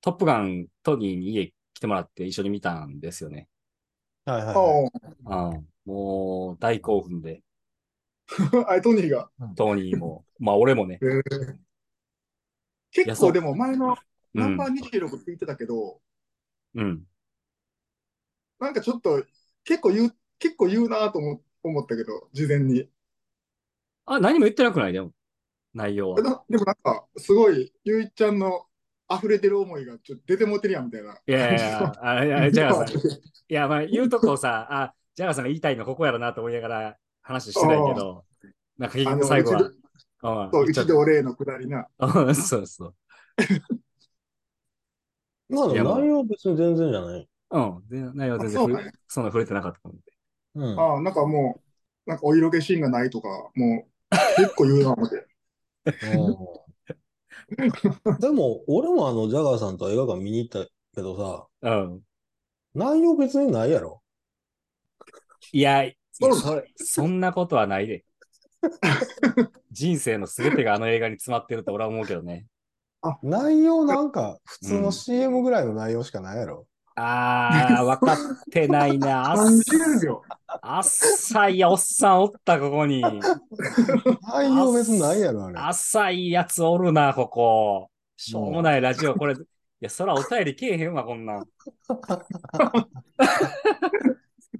トップガン、トニーに家来てもらって一緒に見たんですよね。はいはいはい。あ ああもう大興奮で、あ、あれトニーが。トニーも、 まあ俺もね。えーや結そう構でも前のうナンんバー26って言ってたけど、うん。なんかちょっと結構言う、結構言うなと思思ったけど、事前に。あ、何も言ってなくないでも、内容 は。なでもなんか、すごい、ゆういちゃんの溢れてる思いがちょっと出てもうてるやんみたいな。いやいやいや、あいや ジャガーさん、いや、まあ言うとこさ、あ、ジャガーさんが言いたいのここやろなと思いながら話してないけど、なんか結あ局の最後はうち、うんそう、言っちゃ一っ度例のくだりな。たうん そうそう。まあいでやももう内容別に全然じゃない。うん、で内容全然あ触そうれねそんな触れてなかったもんで。うん。ああ、なんかもう、なんかお色気シーンがないとか、もう、 結構言うな思って。うん でも、俺もあの、ジャガーさんと映画館見に行ったけどさ、うん。内容別にないやろ。いや、いそうそれそんなことはない で。人生のすべてがあの映画に詰まってると俺は思うけどね。内容なんか、普通うのん CM ぐらいの内容しかないやろ。あー、分かってない な。あっ30秒。あっさいやおっさんおった、ここ に。内容別にないやろ、あれ。浅いやつおるな、ここ。しょうもないラジオ、これ。いや、そらお便りけえへんわ、こんなん。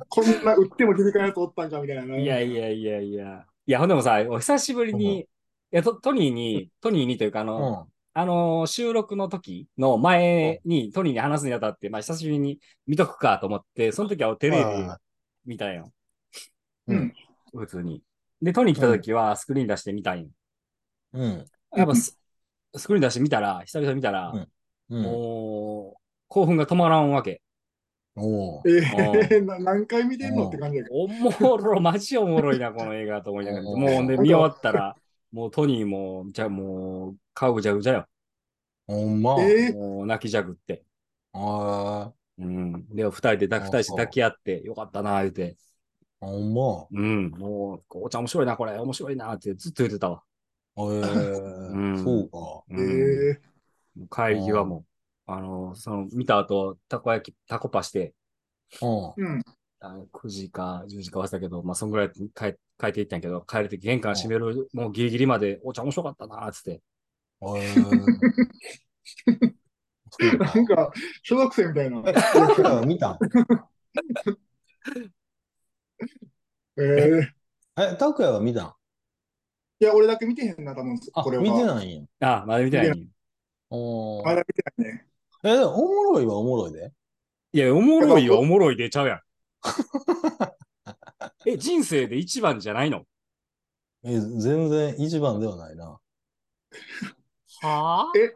こんな売っても気づかないやつおったんかみたいな。いやいやいやいや。いや、ほんでもさ、お久しぶりに、いやトトニーに、トニーにというか、あの、うん。あのー収録の時の前に、トニーに話すにあたって、まあ、久しぶりに見とくかと思って、その時はテレビはいはい見たんよ。うん普通に。で、トニー来た時はスクリーン出して見たんよ。うん。やっぱススクリーン出して見たら、久々に見たら、うん。もう、興奮が止まらんわけ。おうえー、 な何回見てんのって感じだけおもろ、マジおもろいな、この映画と思いながら。うんもう、で、見終わったら、もうトニーも、じゃあもう、顔ぐちゃぐちゃよ。ほんまど。。えー、もう泣きじゃくって。あうーん。で、二人で抱き、二人して抱き合って、よかったな、言うて。ほんま。うん。もう、こうちゃん面白いな、これ、面白いな、ってずっと言ってたわ。えー、ん そうえんー、もう帰り際も、あの、その、見た後、たこ焼き、たこパして、か。うん。うん。あ9時か10時か忘れたけど、まあ、そんぐらい帰帰っていったんやけど、帰るとき玄関閉める、もうギリギリまで、お茶面白かったな、つって。え ー、そうかなんか、小学生みたいな。え、俺らが見たんえー、え、拓也は見たんいや、俺だけ見てへんな、多分あ、これは。見てないんや。あ、まだ見てないのに。おあーれ見てないね。え、でもおもろいはおもろいで。いや、おもろいはおもろいでちゃうやん。え、人生で一番じゃないのえ、全然一番ではないな。はえ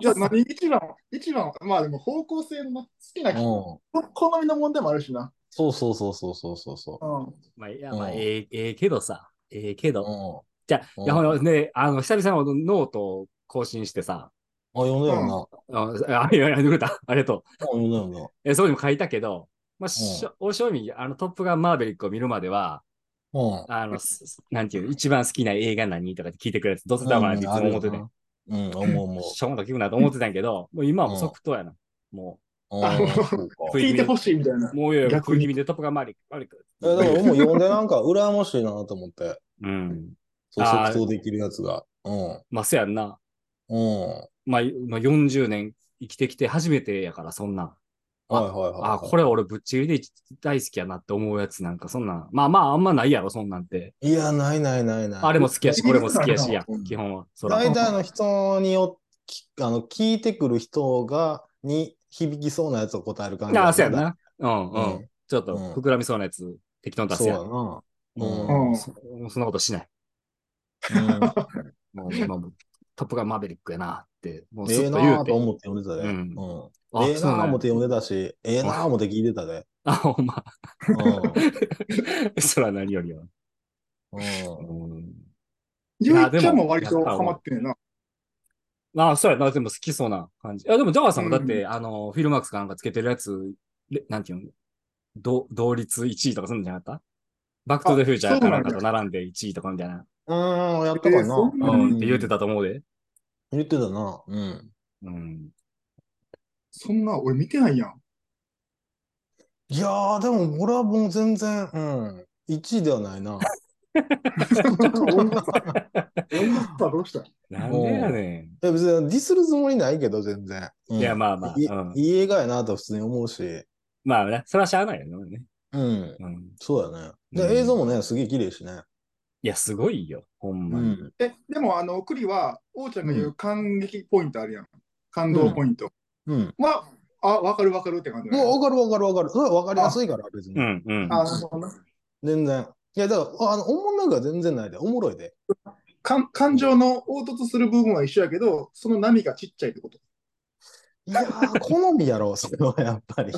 じゃあ何一番、一番、まあでも方向性のな好きなうん。好みの問題もあるしな。そうそうそうそうそうそうそうん。まあ、いや、まあ、うんええええけどさ。ええけう。ど。うじゃあ、うんいや、ほらね、あの、久々にあのノートを更新してさ、ん。あ、読んだよな。あ、 あいやいや、くれた。ありがとあ読んだよう。え、そこにも書いたけど、まあ、しょ、お正味、あの、トップガンマーベリックを見るまでは、な。あの、すすなんていうの、一番好きな映画何とかって聞いてくれるやつ、どううせん。だからっていつあもる思よってて、なうん、思う思うしょうもなく聞くなと思ってたんやけど、もう今はもう即答やな。もあーそうか。食い気味聞いてほしいみたいなう、。もういいよ、逆食にい気味でトップガンマーベリックマーベリック。え、だから俺も読んでなんか羨ましいなと思って。うん。そう、あー即答できるやつが。うん。まあ、せやんな。うん。まあ、まあ40年生きてきて初めてやから、そんなん。あはいはいはい。あ、これ俺ぶっちぎりで大好きやなって思うやつなんか、そんなん。まあまあ、あんまないやろ、そんなんて。いや、ないないないない。あれも好きやし、これも好きやしやうん、基本は。そら。大体の人によきあの、聞いてくる人が、に響きそうなやつを答える感じ。ああ、そうやん。な。うんううんん。ちょっとうん膨らみそうなやつ、適当に出そすうややん。な。もうんう、そそんなことしない。うんもう、今もトップガンマーベリックやなって、もうえずえっなと言ぁうてと。思って読んでたで。ううんんええそうななぁん思やって読んでたし、ええなぁ思って聞いてたで。あ、ほんま。 そら何よりは。うん。うんうんゆやうちゃんも割とでもハマってんねんな。まあ、そうやな。でも好きそうな感じ。いや、でも、ジャガーさんもだって、うあの、フィルマークスかなんかつけてるやつ、れなんていうのど同率1位とかするんじゃなかったバックトゥザフューチャーかなんかと並んで1位とかみたいな。うん、やったかええなそ。んうなにん、って言ってたと思うで。言ってたな。うん。うん。そんな、俺見てない やん。いやー、でも、俺はもう全然、うん、1位ではないな。音楽はどうしたなんでやねいや別にディスるつもりないけど、全然。うんん。いや、まあまあ、いうん。いい映画やなとは普通に思うし。まあね、それはしゃあないよね。うん。うん。そうだね。うんで、映像もね、すげえ綺麗しね。いや、すごいよ、ほんうまに。ん。え、でも、あの、栗は、王ちゃんが言う感激ポイントあるやん。感動ポイント。うん。まあ、あ、わかるわかるって感じだね。もうわかるわかるわかる。それはわかりやすいから、別にう。ん、うん。あ、なるほどな全然。いや、だから、あの、おもんなくは全然ないで。おもろいで。感感情の凹凸する部分は一緒やけど、その波がちっちゃいってこと。いや ー、好みやろ、それはやっぱり。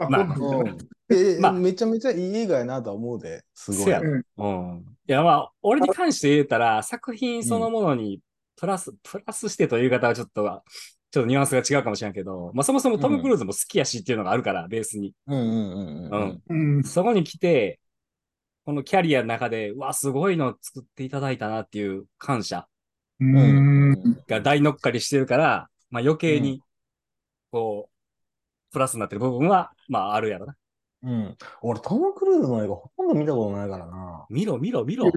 あまあこんなんうみたいん。 え、まあめちゃめちゃいい映画やなとは思うで。すごい。せやうん。いや、まあ、俺に関して言えたら、作品そのものにプラス、プラスしてという言い方はちょっと、ちょっとニュアンスが違うかもしれんけど、まあそもそもトム・クルーズも好きやしっていうのがあるから、ベースに。うんうんうんううんん。なうん。そこに来て、このキャリアの中で、うわ、すごいの作っていただいたなっていう感謝ううん。うんん。が大乗っかりしてるから、まあ余計に、こう、プラスになってる部分は、まああるやろな。うん。俺、トム・クルーズの映画ほとんど見たことないからな。見ろ見ろ見ろ。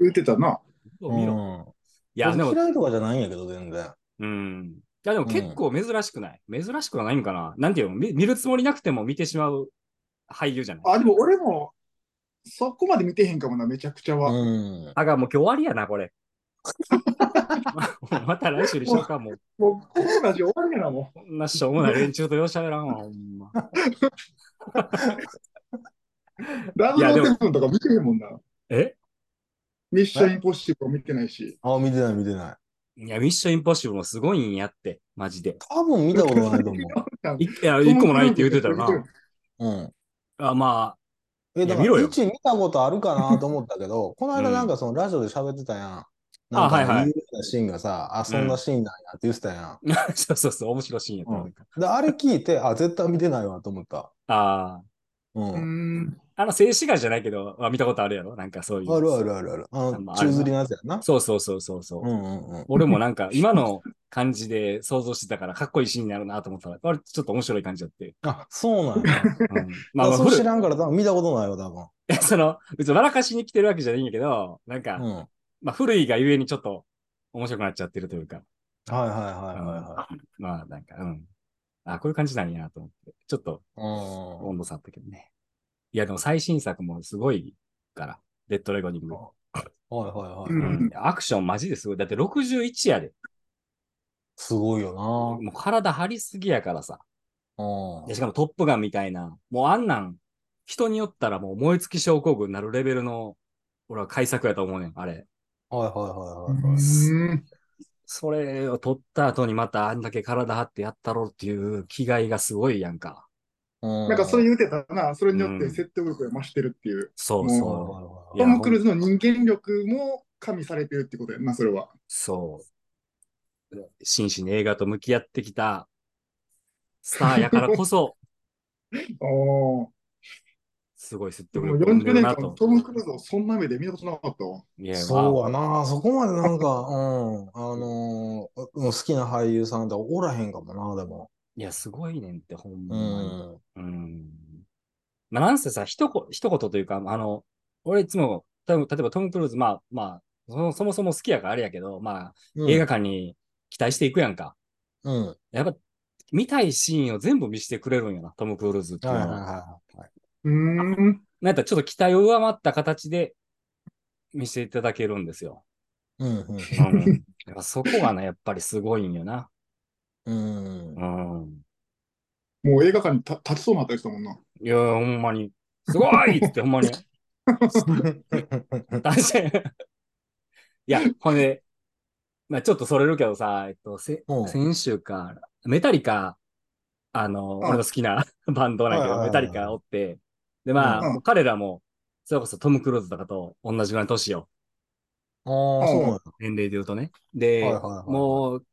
言ってたな。見ろ見ろ。うんいや、でも、嫌いとかじゃないんやけど、全然。うん。いや、でも結構珍しくない、珍しくはないんかななんていうのみ見るつもりなくても見てしまう俳優じゃないあ、でも俺も、そこまで見てへんかもな、めちゃくちゃは。うん。あが、もう今日終わりやな、これ。 ままた来週にしようか、もう。もう、このラジオ終わりやな、もこんなしょうもない連中とようしゃべらんわ、ほんま。う。ラブローセブンとか見てへんもんな。えミッションインポッシブルも見てないし。あ、見てない、見てない。いや、ミッションインポッシブルもすごいんやって、マジで。多分見たことないと思 いいや、一個もないって言ってたよな。う。うん。あまえ、だかいや見ろら、よ一見たことあるかなと思った けど、この間なんかそのラジオで喋ってたやん。なんかはいはい有名なシーンがさ、あ、そんなシーンなんやって言ってたやん。あ、 そうそうそう、面白いシーンやった、うんで、あれ聞いて、あ、絶対見てないわと思った。あうん。うあん。あ。あの、静止画じゃないけど、まあ、見たことあるやろなんかそういう。るあるあるある。あの、まあ宙吊りのやつやな。そうそうそうそうそう。うんうんうん。俺もなんか、今の感じで想像してたから、かっこいいシーンになるなと思ったら、あれちょっと面白い感じだって。あ、そうなんや。うん、 まあ、まああ、そう古い知らんから多分見たことないわ、多 その、別に笑かしに来てるわけじゃないんやけど、なんか、分。うん。はいまあ、古いがゆえにちょっと面白くなっちゃってるというか、はいはいはまあ、なんか、うん。あ、こういう感じなんやなと思って、ちょっといはい。うん。温度差あったけどね。いや、でも最新作もすごいから、レッドレゴニング。はいはいはい。うんうんアクションマジですごい。だって61やで。すごいよもう体張りすぎやからさ。な。うんで、。しかもトップガンみたいな、もうあんなん、人によったらもう燃え尽き症候群になるレベルの、俺は改作やと思うねん、あれ。はいはいはういはい。ん。それを取った後にまたあんだけ体張ってやったろうっていう気概がすごいやんか。ななんかそれ言ってたな。それによって説得力が増してるっていう。そうはいはいそう。はいいやトム・クルーズの人間力も加味されてるってことやんな、それは。そう。真摯に映画と向き合ってきたスターやからこそ、おーすごい説で得も力を生んで40る年な 間と。トム・クルーズをそんな目で見たことなかったわ。いや、そうまはな、そこまでなんか、うん、あのーうん好きな俳優さんっておらへんかもな、でも。あいや、すごいねんって、ほんうまに。ん。うん。まあ、なんせさ、一言、一言というか、あの、俺いつも、た例えばトム・クルーズ、まあ、まあ、そのそもそも好きやからあれやけど、まあ、うん映画館に期待していくやんか。うん。はいやっぱ、見たいシーンを全部見せてくれるんやな、トム・クルーズっていうはいのはいは。はいはい。うーん。なんかちょっと期待を上回った形で見せていただけるんですよ。うんうんう ん、やっぱそこがね、やっぱりすごいんよな。うん。うん。うん。もう映画館にた立ちそうになったりしたもんな。いや、ほんまに、すごいってほんまに男性。い や、ほんで、まあちょっとそれるけどさ、えっと、せうん先週か、メタリカ、あの、ん俺の好きな バンドなんやけはど、いはメいはタいリカおって、で、まあ、うんもう彼らも、それこそトム・クルーズとかと同じぐらいの年よ。ああ、そうなんや年齢で言うとね。で、はいはいはいもう、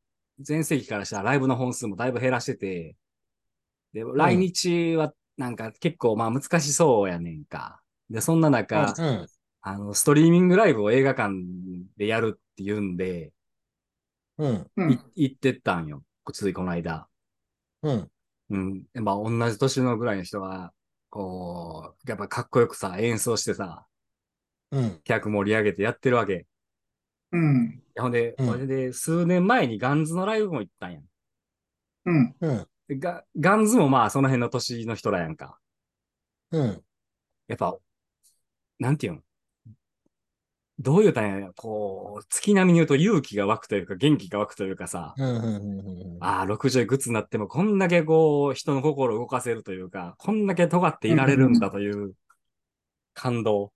前世紀からしたらライブの本数もだいぶ減らしてて、で、来日はなんか結構まあ難しそうやねんか。で、そんな中、うん。あの、ストリーミングライブを映画館でやるって言うんで、うん。ういん。行ってったんよ。ついこの間。うん。うん。まあ、同じ年のぐらいの人が、こう、やっぱかっこよくさ、演奏してさ、うん。客盛り上げてやってるわけ。いうん。やほんで、うんそれで、数年前にガンズのライブも行ったんやん。うん。うん。でガガンズもまあ、その辺の年の人らやんか。うん。やっぱ、なんていうのどういうたんやろこう、月並みに言うと勇気が湧くというか、元気が湧くというかさ、うん。うん。ああ、60いくつになっても、こんだけこう、人の心を動かせるというか、こんだけ尖っていられるんだという、感動。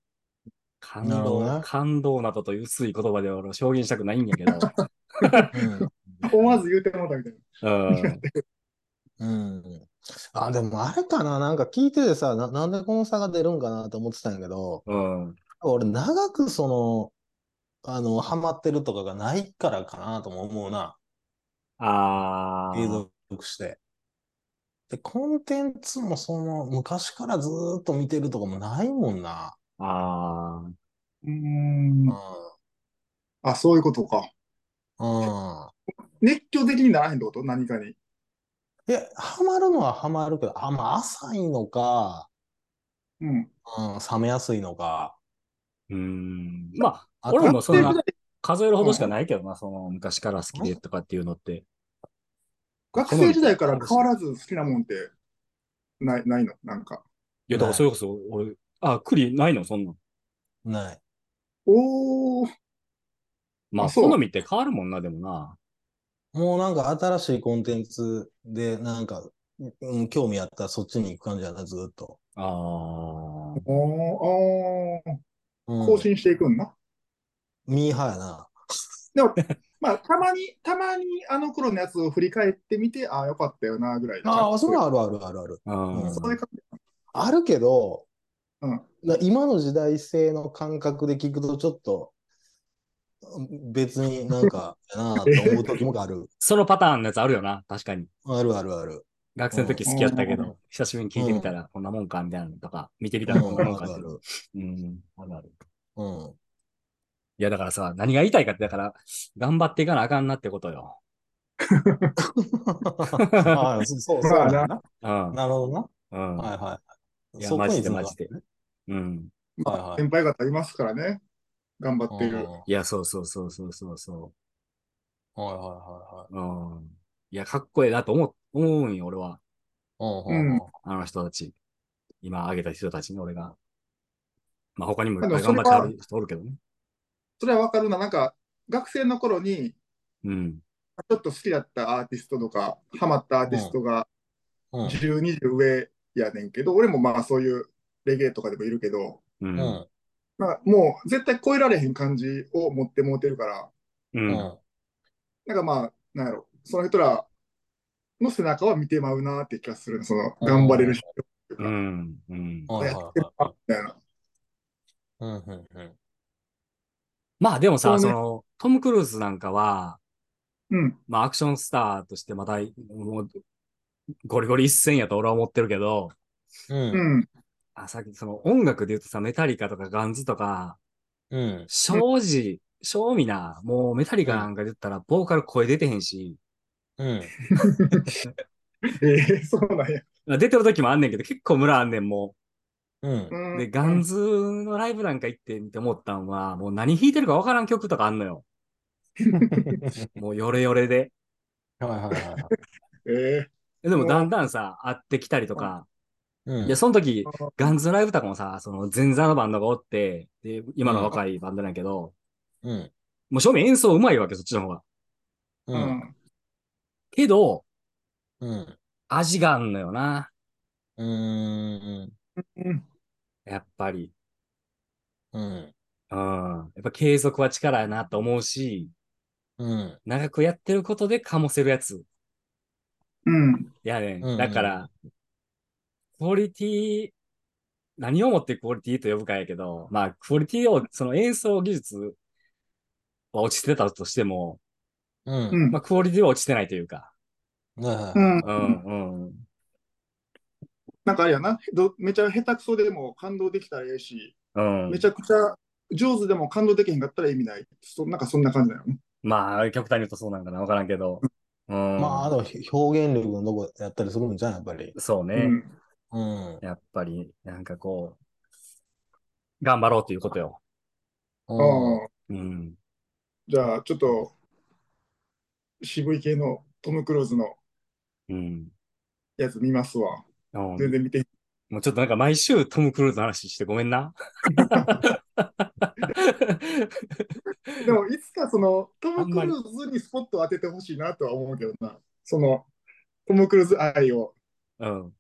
感なるほど動、ね感動などという薄い言葉で俺、表現したくないんやけ ど。うん。思わず言うてもうたみたいな。うん。うん。あ、でもあれかな、なんか聞いててさ、な、なんでこの差が出るんかなと思ってたんやけど、うん。俺長くその、あの、ハマってるとかがないからかなとも思うな。あ継あ。続して。で、コンテンツもその、昔からずーっと見てるとかもないもんな。ああ。うー。うんん。あ、そういうことか。うん。熱狂的にならへんってこと何かに。いや、ハマるのはハマるけど、あ、まあ、浅いのか、うん。うん、冷めやすいのか。うん。まあ、あ俺もそんだっなて、数えるほどしかないけどな、その昔から好きでとかっていうのって。学生時代から変わらず好きなもんってないないのなんか。いや、だからそれこそ、俺、あ、栗ないのそんなん。ない。おー、まあ、あそう好みって変わるもんな、でもな。もうなんか新しいコンテンツで、なんか、うん、興味あったらそっちに行く感じやな、ずーっと。ああ。おー、うあーん、更新していくんな。ミーハーやな。まあ、たまに、たまにあの頃のやつを振り返ってみて、ああ、よかったよな、ぐらい。ああ、それはあるあるあるある。うんんそういう感じ。あるけど、うんな今の時代性の感覚で聞くとちょっと、うん別になんか、やなと思う時もある。そのパターンのやつあるよな、確かに。あるあるある。学生の時好きやったけうんど、久しぶりに聞いてみたら、こんなもんか、みたいなのとか、見てみたらこんなもんあかるっあていう。る。うん、あるある。うん。いや、だからさ、何が言いたいかって、だから、頑張っていかなあかんなってことよ。ああそうそうそうだな。うん。なるほどうな。ん。はいはい。いや、そこマにジで繋マがジで。うん。はいはい先輩方いますからね。頑張っていうんる。はいいや、そうそうそうそうそうそはいはう。うん。いや、かっこええなと思う、思うんよ、俺は。いはい。うんうんうんあの人たち。今挙げた人たちに俺が。まあ、他にもいあっでぱもいそ頑張っれはてはる人おるけどね。それはわかるな。なんか、学生の頃に、うん。ちょっと好きだったアーティストとか、ハマったアーティストがうん10、20上やねんけど、俺もまあそういうレゲエとかでもいるけど、う。うんんまあ、もう絶対超えられへん感じを持ってもうてるから、う。うんんなんかまあ、なんやろ、その人らの背中は見てまうなって気がする、その、うん頑張れる人うん。うん。はいはいやってるはいなみたいな。うんうんうんまあでもさ、そうねその、トム・クルーズなんかは、うん、まあアクションスターとしてまた、もう、ゴリゴリ一戦やと俺は思ってるけど、うんうん、あ、さっきその音楽で言うとさ、メタリカとかガンズとか、うん。正直、正味な、もうメタリカなんかで言ったら、ボーカル声出てへんし、うん。ええそうなんや。出てる時もあんねんけど、結構ムラあんねん、もうん。うう。ん、で、ガンズのライブなんか行ってみて思ったんは、もう何弾いてるかわからん曲とかあんの よ。もうヨレヨレで。はいはいはいはい。ええでもだんだんさ、会ってきたりとか、うんいや、その時、ガンズのライブとかもさ、その前座のバンドがおって、で、今の若いバンドなんやけど、うん。もう正味演奏うまいわけ、そっちの方が。う。うんん、けど、うん。味があんのよな、うーん。うん、やっぱり。うん。うん。やっぱ継続は力やなと思うし、うん。長くやってることでかもせるやつ。うん、いやねうんうん、だから、クオリティ、何をもってクオリティと呼ぶかやけど、まあ、クオリティを、その演奏技術は落ちてたとしても、う。うんんまあ、クオリティは落ちてないというか、はいはういんうん。うん。なんかあれやな、どめちゃ下手くそでも感動できたらええし、うんめちゃくちゃ上手でも感動できへんかったら意味ない。そなんかそんな感じだよね。まあ、極端に言うとそうなんかな、わからんけど。うんまあ、でもひ表現力のとこやったりするんじゃん、やっぱり。そうね、うんうん。やっぱり、なんかこう、頑張ろうということよ。うん。ううんん。じゃあ、ちょっと、渋い系のトム・クルーズのうん。やつ見ますわ。うん全然見て、もうちょっとなんか毎週トム・クルーズの話してごめんな。 でも、いつかその、トあム・んクまりルーズにスポットを当ててほしいなとは思うけどな。その、トム・クルーズ愛をうん。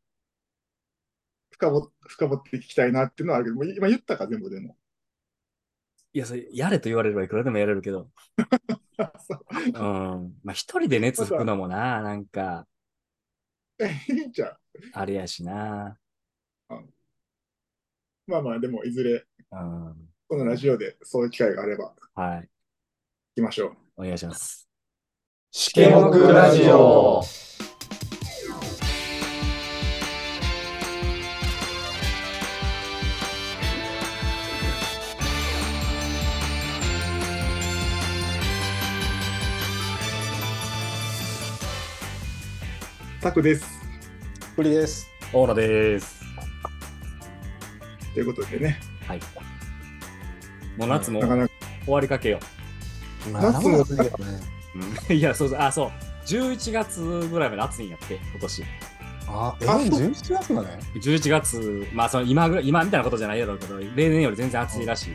深掘深掘っていきたいなっていうのはあるけど、もう今言ったか、全部でも。 いや、それ、やれと言われればいくらでもやれるけど。そううん。まあ、一人で熱吹くのもな、なんか、えいいんちゃうあれやしな。まあまあ、でも、いずれ、うん。このラジオでそういう機会があれば、行はい。きましょう。お願いします。シケモクラジオ。タクです。プリです。オーラです。ということでね、はい。もう夏もなか終なかわりかけよまあ夏も生だけどね。う。 いや、そうそう。あ、そう。11月ぐらいまで暑いんやって、今年。あ、え、あそう11月だね。 11月、まあ、その今ぐらい、今みたいなことじゃないやろうけど、例年より全然暑いらしい。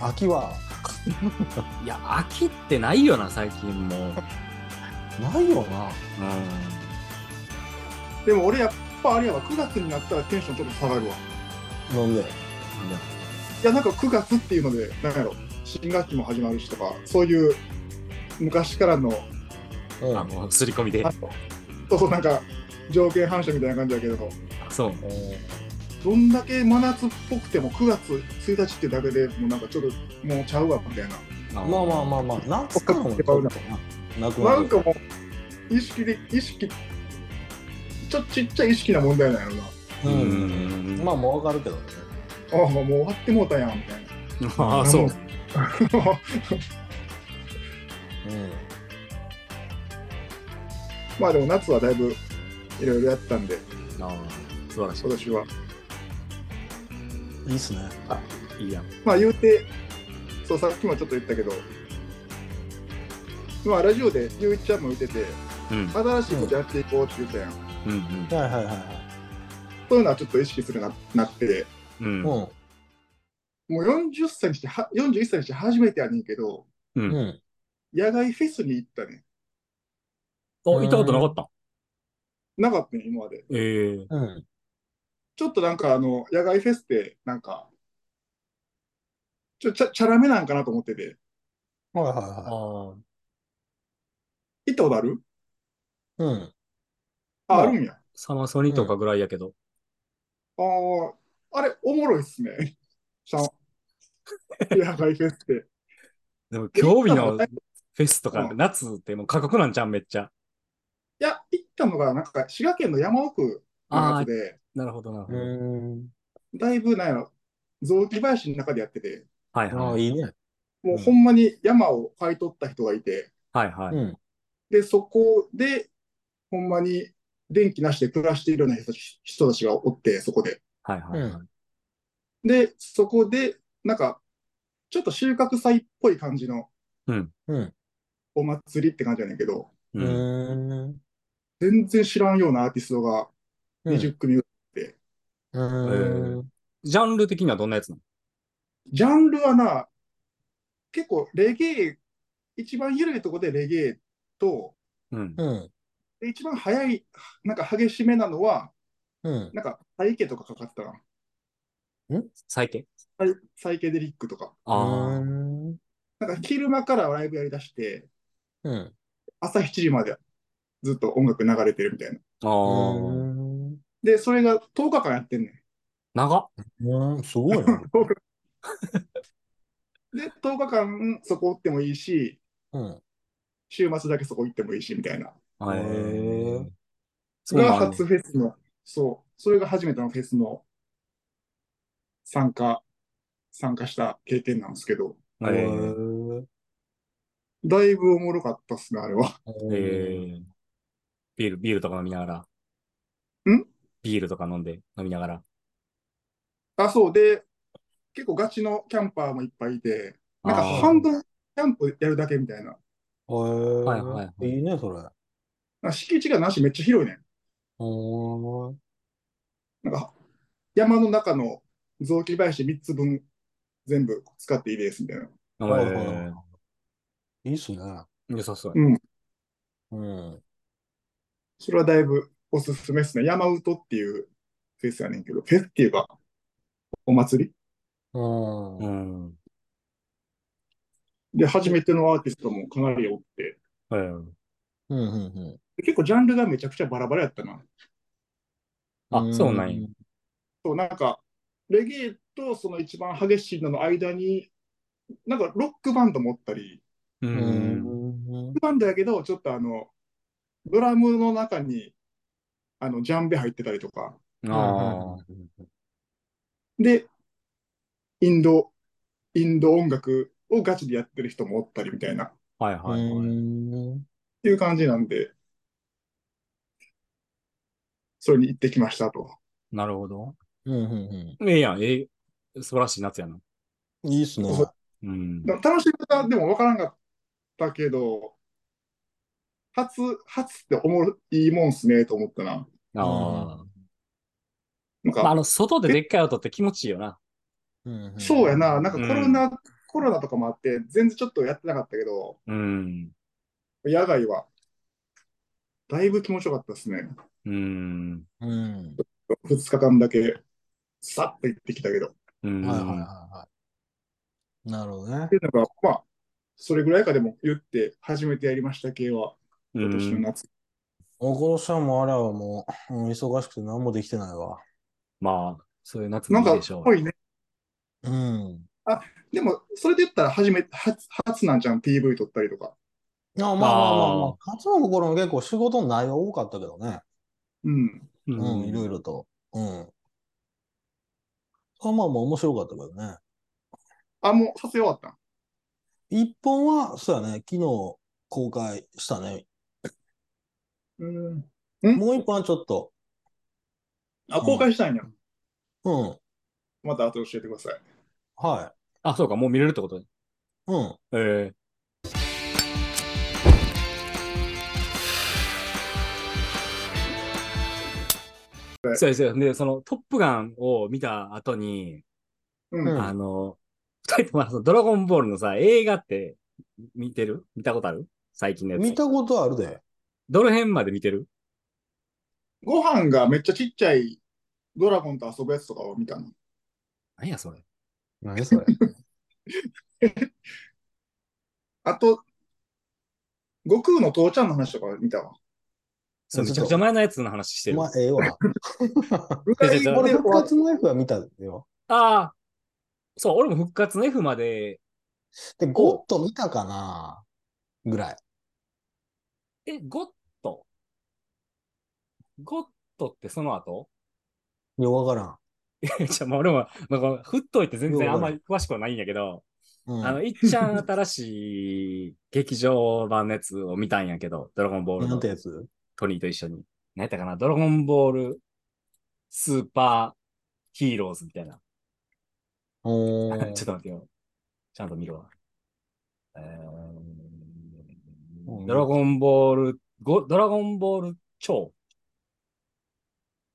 秋は、いや、秋ってないよな、最近もう。ないよな。うでも俺やっぱあれやわ、9月になったらテンションちょっと下がるわ。なんで。ん。いや、なんか9月っていうので、なんやろ、新学期も始まるしとか、そういう昔からの、うあ、ん。もう、すり込みであ。そうそう、なんか条件反射みたいな感じだけど、そう。どんだけ真夏っぽくても9月1日ってだけでもうなんかちょっともうちゃうわみたいな。ままあまあまあまあ、夏からもちょっとな。なくななるんかもう意識で、意識、ちょちっちゃい意識な問題なんやろな。ううんん。まあ、もうわかるけどね。ああ、もう終わってもうたやんみたいな。 ああ、そう。うん。まあでも夏はだいぶいろいろやったんで、ああ、素晴らし今年は。いいっすね。い。いいやん。まあ言うて、そうさっきもちょっと言ったけど、まあラジオでゆういちゃんも言ってて、うん。新しいことやっていこうって言ってたやん。うんはいはいはいそういうのはちょっと意識するななって、うん。うん。はもう40歳にしては、41歳にして初めてやねんけど、うい。うん。ん。うん。野外フェスに行ったね。お、行ったことなかった。なかったね、今まで。ええ。うん。ちょっとなんかあの、野外フェスって、なんか、ちょ、ちゃ、チャラめなんかなと思ってて。はいはいはい。ああ。行ったことあるうん。あ、あうんるんや。サマソニとかぐらいやけど。あーあれ、おもろいっすね。 ちゃん。野外フェスって。でも、興味行っのたフェスとか、うん夏ってもう過酷なんじゃん、めっちゃ。いや、行ったのが、なんか、滋賀県の山奥のあやあつ、で、なるほど、なるほど。うん。だいぶ、なんやろ、雑木林の中でやってて、はいあはあ、い。いいね。うもうんほんまに山を買い取った人がいて、はいはうい。ん。で、そこで、ほんまに電気なしで暮らしているような人たち人たちがおって、そこで。はいはいはい。で、そこで、なんか、ちょっと収穫祭っぽい感じのうん。お祭りって感じやねんけど、う。うんん。全然知らんようなアーティストが20組ぐらい、うん。ジャンル的にはどんなやつなのジャンルはな、結構レゲエ、一番緩いとこでレゲエと、うん。うん。で一番早い、なんか激しめなのは、うん。なんか、サイケとかかかってたな。最近サイサイケデリックとか。ああ。なんか、昼間からライブやりだして、うん。朝7時までずっと音楽流れてるみたいな。ああ。で、それが10日間やってんね長っ。うん。すごいな。ん。で、10日間そこおってもいいし、 うん。週末だけそこ行ってもいいし、みたいな。へえー。そうがなんだ初フェスの、そう、それが初めてのフェスの参加、参加した経験なんですけど、へえうだいぶおもろかったっすね、あれは。えービール、ビールとか飲みながら。んビールとか飲んで、飲みながら。あ、そうで、結構ガチのキャンパーもいっぱいいて、なんかあー半分キャンプやるだけみたいな。はいはいはいいいね、それ。なんか敷地がなしめっちゃ広いねん。おーなんか山の中の雑木林3つ分全部使っていいですみたいな。えはいはいいいっすね。ー、良さそうや。うん。うん。それはだいぶおすすめですね。山うとっていうフェスやねんけど、フェスっていうか、お祭りうん。うん。で、初めてのアーティストもかなりおって、うんうんうんで結構ジャンルがめちゃくちゃバラバラやったな。あうん。そうなんや。そう、なんか、レゲエとその一番激しいのの間に、なんかロックバンド持ったり、う。うんん。バンドやけど、ちょっとあの、ドラムの中に、あの、ジャンベ入ってたりとか、ああ。で、インド、インド音楽をガチでやってる人もおったりみたいな、っはいはいはい。ていう感じなんで、それに行ってきましたと。なるほど。うんうんええやん、ええ、素晴らしい夏やな。うん。いいっすね。うん。でも楽しみ方でもわからんかったけど、初、初っておもろいいもんっすねと思ったな。あなんあ。まあ、あか、の、外ででっかい音って気持ちいいよな。うんんそうやな、なんかコロナ、うコロナとかもあって、全然ちょっとやってなかったけど、うん。野外は、だいぶ気持ちよかったですね。うん。うん。 2日間だけ、さっと行ってきたけど。っうん。はいはいはいはい。なるほどねて。いうのが、まあ、それぐらいかでも言って、初めてやりました系は、今年のうん夏。大殺しはもうあれはもう、うん忙しくて何もできてないわ。まあ、そういう夏なもいいんか、でしょぽいね。うん。でも、それで言ったら、初め、初、初なんじゃん、PV 撮ったりとか。あまあまあまあまああ、勝の心も結構仕事の内容多かったけどね。うん。う。うん、いろいろと。うん。あまあまあ面白かったけどね。あ、もう、撮影終わったん一本は、そうやね、昨日公開したね。うん。もう一本はちょっと、あ、公開したんや。うん、また後で教えてください。はあ、そうか、もう見れるってことね。い。うん。ええ。そうですよ。で、その、トップガンを見た後に、うん。うんあの、二人ともあのドラゴンボールのさ、映画って見てる見たことある最近のやつ。見たことあるで。どの辺まで見てるご飯がめっちゃちっちゃいドラゴンと遊ぶやつとかを見たの。何やそれ。何それ。あと、悟空の父ちゃんの話とか見たわ。それめちゃくちゃ前のやつの話してる。 まああ、ええ わ。ちょちょ俺、俺復活の F は見たよ。あー、そう、俺も復活の F まで、で、ゴッド見たかなぐらい。え、ゴッドゴッドってその後 いや、わからん。じゃあ、まあ俺も、なんか、振っといて全然あんまり詳しくはないんやけど、うん。あの、いっちゃん新しい劇場版のやつを見たんやけど、ドラゴンボールなんのてやつトニーと一緒に。何やったかなドラゴンボールスーパーヒーローズみたいな。お ちょっー。と待ってよ。ちゃんと見るわ。えうー、んドラゴンボール、ごドラゴンボール超。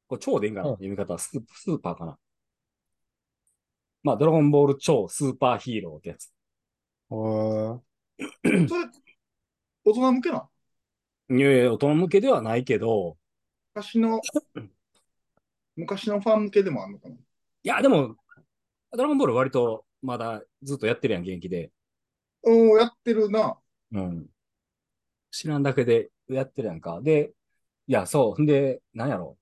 これ超でいいんかな、うん読み方はスー。スーパーかな。まあ、ドラゴンボール超スーパーヒーローってやつ。おーそれ、大人向けないやいや、大人向けではないけど、昔の、昔のファン向けでもあるのかな。いや、でも、ドラゴンボール割とまだずっとやってるやん、元気で。おーやってるな。うん。知らんだけでやってるやんか。で、いや、そう。んで、なんやろ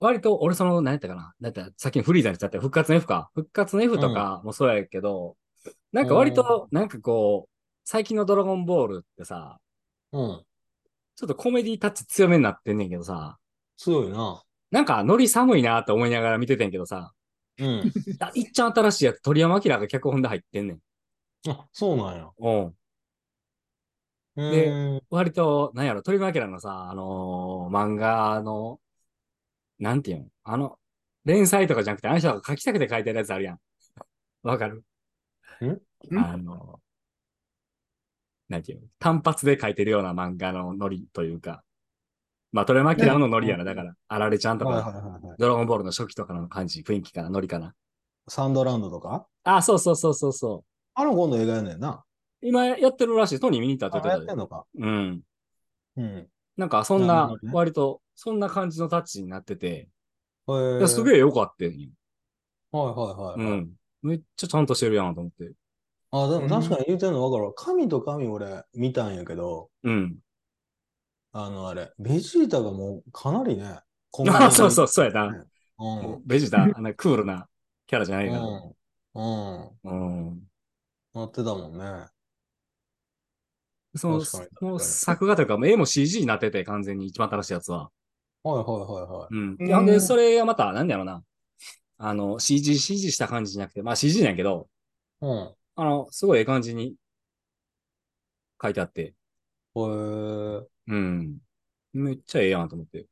割と、俺その、何やったかななんやったさっきのフリーザにしちゃったよ復活の F か。復活の F とかもそうやけど、なんか割と、なんかこう、最近のドラゴンボールってさ、うん。ちょっとコメディタッチ強めになってんねんけどさ、強いな。なんかノリ寒いなって思いながら見ててんけど さ、うん。あいっちゃん新しいやつ鳥山明が脚本で入ってんねん。あ、そうなんや。うん。で割と、なんやろ、鳥山明のさ、あのー漫画の、なんていうのあの、連載とかじゃなくて、あの人が書きたくて書いてるやつあるやん。わかるんあの、なんていうの単発で書いてるような漫画のノリというか、まあ、鳥山明のノリやな、だから、あられちゃんとはいはか、いはいはい。ドラゴンボールの初期とかの感じ、雰囲気かな、ノリかな。サンドランドとかあ、そうそうそうそうそう。あの今度映画やねんな。今やってるらしい。トニー見に行ったあってや言っってたんで。のか。うん。うん。なんかそんなるなほど、ね割と、そんな感じのタッチになってて、へーいやすげえ良かったよ、はいはいうはい。ん。めっちゃちゃんとしてるやんと思って。あ、でも確かに言うてんの分かるわ。神と神俺見たんやけど、うん。あのあれ、ベジータがもうかなりね、コンビニあ そうそう、そうやな。うん。ベジータ、あんなクールなキャラじゃないから。うん。うん。うん。なってたもんね。その、確かに確かにもう作画というか、もう絵も CG になってて、完全に一番新しいやつは。はいはいはいはうん。うんでほんで、それがまた、なんだろうな。あの、CG、CG した感じじゃなくて、まあ CG なんやけど、い。あの、すごいええ感じに書いてあって、うん。へえ、うん。めっちゃええやんと思って。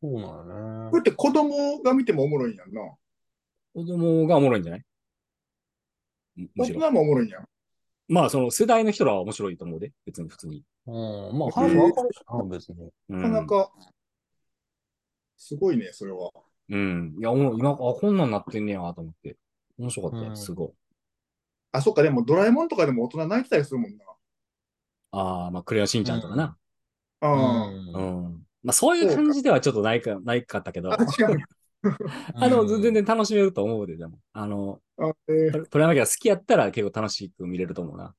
そうなんやこね。れって子供が見てもおもろいんやんな。子供がおもろいんじゃないむむ大しろ。人もおもろいんやん。まあ、その世代の人らは面白いと思うで。別に普通に。うん。まあ、話分かるしな、別に。うなかん。なか、すごいね、それは。うん。いや、おもろい今、あ、こんなんなってんねやと思って。面白かったうよ、んすごい。あ、そっか、でもドラえもんとかでも大人泣いてたりするもんな。ああ、まあ、クレヨンしんちゃんとかな。う。あうんん。まあ、そういう感じではちょっとないか、ないかったけど、あ。あ、違う。 あの、全然楽しめると思うで、でも。あの、あえートトラマキが好きやったら結構楽しく見れると思うな。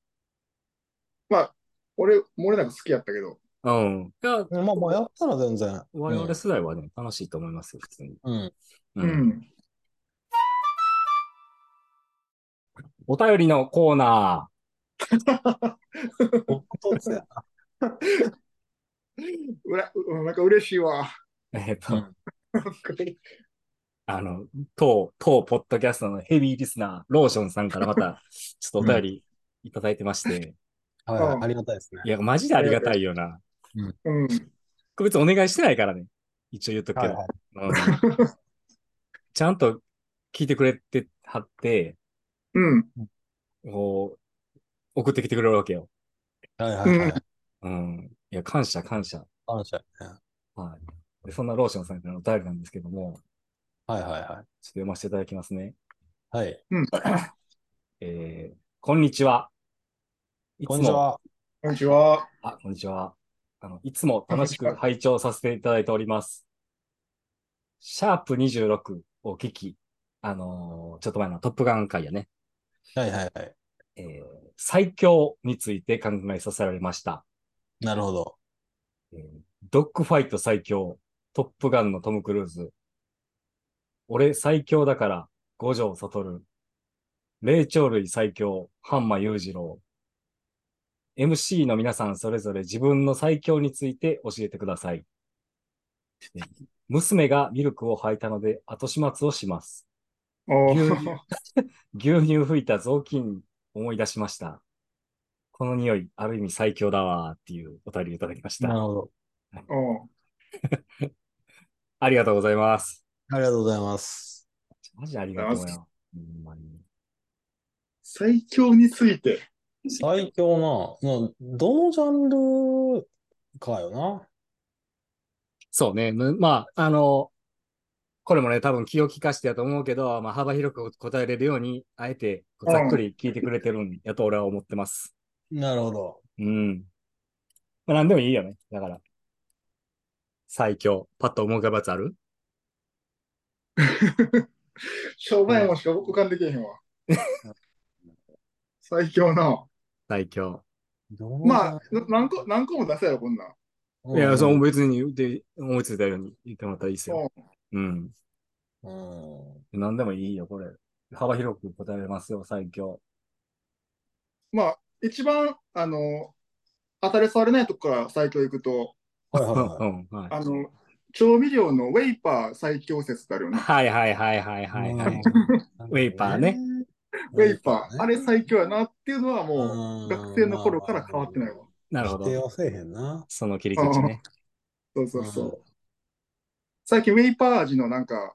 まあ、俺、漏れなく好きやったけど。うん。いや、うん。まあまあ、やったら全然。我々世代はね、楽しいと思いますよ、普通に。うん。う。うんん。お便りのコーナ突然。うら、うんなんか嬉しいわ。ー。えっと、うんなんかあの、当、当ポッドキャストのヘビーリスナー、ローションさんからま た、ちょっとお便りいただいてまして、はいはうい。んありがたいですねい。や、マジでありがたいよな。うん。これ別にお願いしてないからね。一応言っとくはけいど。はい。うんちゃんと聞いてくれてはって、うん。こう、送ってきてくれるわけよ。はいはいはい。うん。いや、感謝、感謝。感謝やね。はい。でそんなローションさんからのお便りなんですけども、はいはいちはょっと読ませていただきますね。い。はい。えーこんにちは。いつもこんにちは。こんにちは。あ、こんにちは。あの、いつも楽しく拝聴させていただいております。シャープ26を聞き、あのーちょっと前のトップガン会やね、はいはいはい。えー最強について考えさせられました。なるほど。えードッグファイト最強、トップガンのトム・クルーズ。俺最強だから、五条悟。霊長類最強、半間裕次郎。MC の皆さんそれぞれ自分の最強について教えてください。えー娘がミルクを吐いたので後始末をします。お牛ー 牛乳吹いた雑巾思い出しました。この匂い、ある意味最強だわーっていうお便りをいただきましなるた。ほど。おありがとうございます。ありがとうございます。マジありがとうや。ほんまに最強について。最強な、まあ、どのジャンルかよな。そうね。むまあ、あの、これもね、多分気を利かしてやと思うけど、まあ、幅広く答えれるように、あえてこうざっくり聞いてくれてるんやと俺は思ってます。なるほど。うん。まあ、何でもいいよね。だから。最強。パッと思い浮かぶやつある商売もしか僕浮かんでけえへんわ。最強な。最強。どのジャまンあ、な何個、何個も出せやろ、こんなん。いルや、そう、う別にで思いついたように言ってもらったらいいですよ。うんうん。ん。うん何でもいいよ、これ。幅広く答えれますよ、最強。まあ、一番、あの、当たり障れないとこから最強行くと、はいはういはい。ん、はい。あの、調味料のウェイパー最強説ってあるよね。はいはいはいはいはいはい。うんウェイパーね。ウェイパー、あれ最強やなっていうのはうもう、ん学生の頃から変わってないわ。なるほ否定ど。はせえへんな。その切り口ね。そうそうそう。うん最近、ウェイパー味のなんか、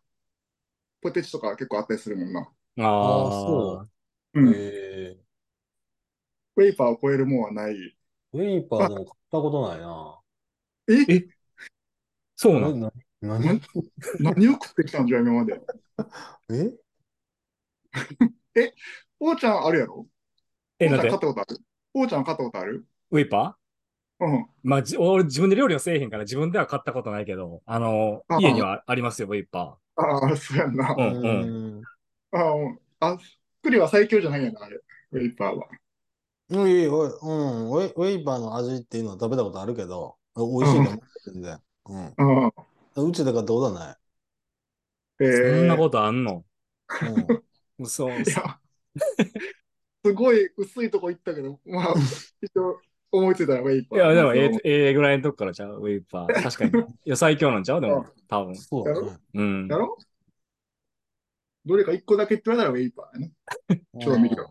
ポテチとか結構あったりするもんな。あああーそううへん。えウェイパーを超えるもんはない。ウェイパーでも買ったことないな。ええそうなのなな何何を食ってきたんじゃ、今まで。えおーちゃんあるやろおえ、ーちゃなんん買でった、ことあるおーちゃん買ったことあるウェイパうん。ーまあ、じ俺自分で料理はせえへんから自分では買ったことないけど、あのあ、あ家にはありますよ、ウェイパああ、そうやんな。ー。うんうん。ん。ああ、うんあ、栗は最強じゃないやな、あれ。ウェイパーは。うん、いいおいうん、ウェイウェイパーの味っていうのは食べたことあるけど、お美味しいと思ってんで。ううん。ん。うちだからどうだなえそんなー、ことあんのい。うん。そう。いや、すごい薄いとこ行ったけど、まあ、一応思いついたらウェイパいー。や、でも、えそうえええぐらいのとこからちゃうウェイパー。確かに。いや、最強なんちゃうでも、多 分。そうだね。うんや。ろどれか一個だけって言われたらウェイパーやね。調味料うん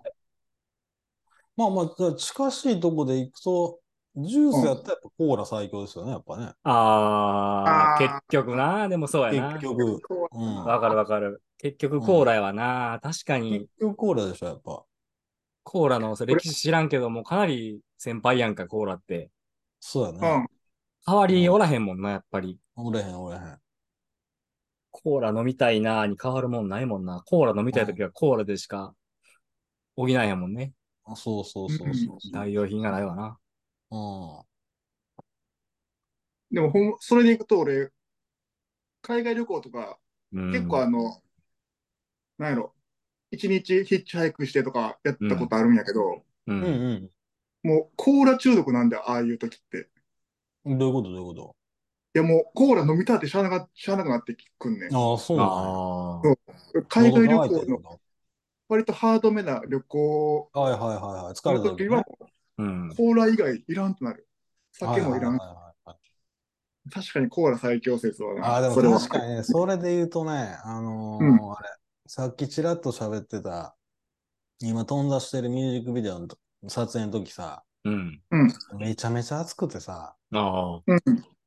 まあまあ、じゃあ近しいとこで行くと、ジュースやったらやっぱコーラ最強ですよね、やっぱね。あああー結局な、でもそうやな結。局。そううん。わかるわかる。結局コーラやわな。確か結に、局コーラでしょ、やっぱ。コーラのそれ歴史知らんけど、もうかなり先輩やんか、コーラって。そうやうね。ん。代わりおらへんもんな、やっぱり。おれへん、おれへん。コーラ飲みたいなに変わるもんないもんな。コーラ飲みたいときはコーラでしか補えへんもんね。あそうそうそうそう代用品がないわな。そう。でもほん、それで行くと俺、海外旅行とか、うん、結構あの、なんやろ、一日ヒッチハイクしてとかやったことあるんやけど、う。うんん。うんもうコーラ中毒なんだよ、ああいう時って。うん。どういうことどういうこいやもうコーラ飲みたってしゃあながしゃあなくなってくんねん。とああ、そうなあそあう。海外旅喉乾い行てるのけど割とハードめな旅行はいはいはいはい。疲れのた時時ねはうん。コーラ以外いらんとなる。酒もはいらん。いはいはいはい確かにコーラ最強説はな。あーそでれもは確かにね、それで言うとね、あのーうあれ、さっきちらっと喋ってた、今飛んだしてるミュージックビデオのと撮影の時さ、うん。めちゃめちゃ暑くてさ、あうん。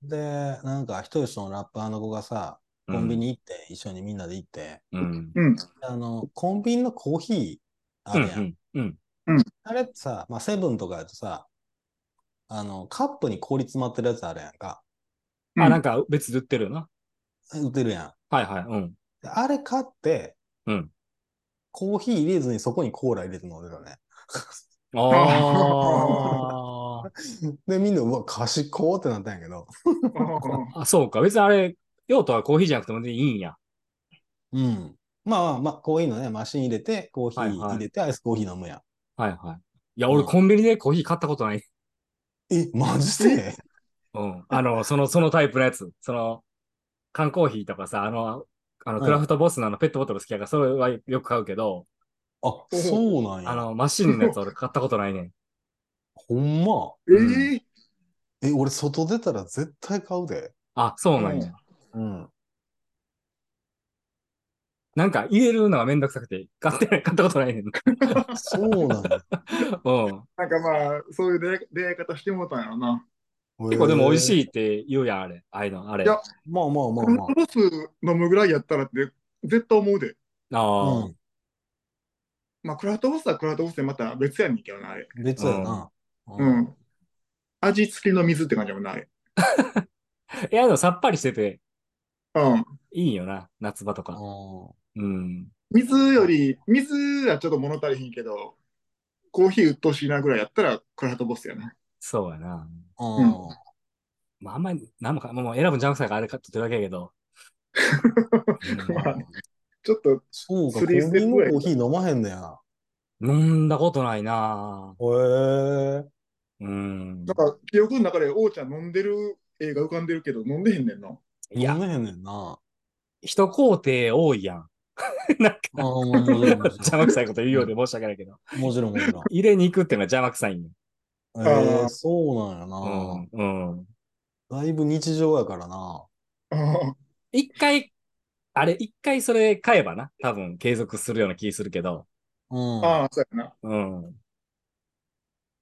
で、なんか一人そのラッパーの子がさ、あ。コンビ。ニ行って、一緒にみんなで行って、うん。うん。あの、コンビニのコーヒーあうん。うるやん。ん。うん。あれってさ、まあ、セブンとかやとさ、あの、カップに氷詰まってるやつあるやんか。うんあ、なんか別で売ってるよな。売ってるやん。はいはい。うん。であれ買って、うんコーヒー入れずにそこにコーラ入れて飲んでたね。あ で、みんな、うわ、賢ーってなったんやけど。あ。あ、そうか。別にあれ、用途はコーヒーじゃなくてもいいんや。うん。まあまあ、まあ、コーヒーのね、マシン入れて、コーヒはいーはい入れて、アイスコーヒー飲むやん。はいはい。いや、うん俺コンビニでコーヒー買ったことない。え、マジでうん。あの、その、そのタイプのやつ。その、缶コーヒーとかさ、あの、あの、クラフトボスのあのペットボトル好きやから、それはよく買うけど、あ、そうなんあや。の、マシンのやつ俺買ったことないねん。 ほんま。えええ、俺、外出たら絶対買うで。あ、そうなんや。うん。なんか入れるのがめんどくさくて、買ってない、買ったことないねん。 そうなんや。うん。なんかまあ、そういう出会い出会い方してもうたんやろな。 結構でも美味い。しいって言うやん、あれ。ああいうの、あれ。いやまあまあまあクラまフトボス飲むぐらいやったらって絶対思うで。あ。ああ、うん。まあ、クラフトボスはクラフトボスでまた別やねんけどな、あれ。別やな。ううん。ん。味付きの水って感じもない。いや、でもさっぱりしててうん。いいよな、夏場とか。うんうん。水より、水はちょっと物足りひんけど、コーヒーうっとうしいなぐらいやったら、クラフトボスやな。そうやな。うん。まあ、あんまり、なんもか、もう選ぶんじゃなくて、あれ買っとってるだけやけど。まあちょっと、そう か、コスンビリーステニッのプぐらいコーヒー飲まへんねや。飲んだことないなへえ。うん。なんか、記憶の中で、王ちゃん飲んでる映画浮かんでるけど、飲んでへんねんな。いや飲、めへんねんな。一工程多いやん。 なんか、ああ、もちろん、もち邪ろ魔くさいこと言うようで申し訳ないけど。ん。もちろん、も ちろん。入れに行くっていうのは邪魔くさいんよ。ええ、そうなんやな。うん。うん。だいぶ日常やからな。あ一回、あれ、一回それ買えばな、多分継続するような気するけど。うん。あ、ああそうやな。うん。うん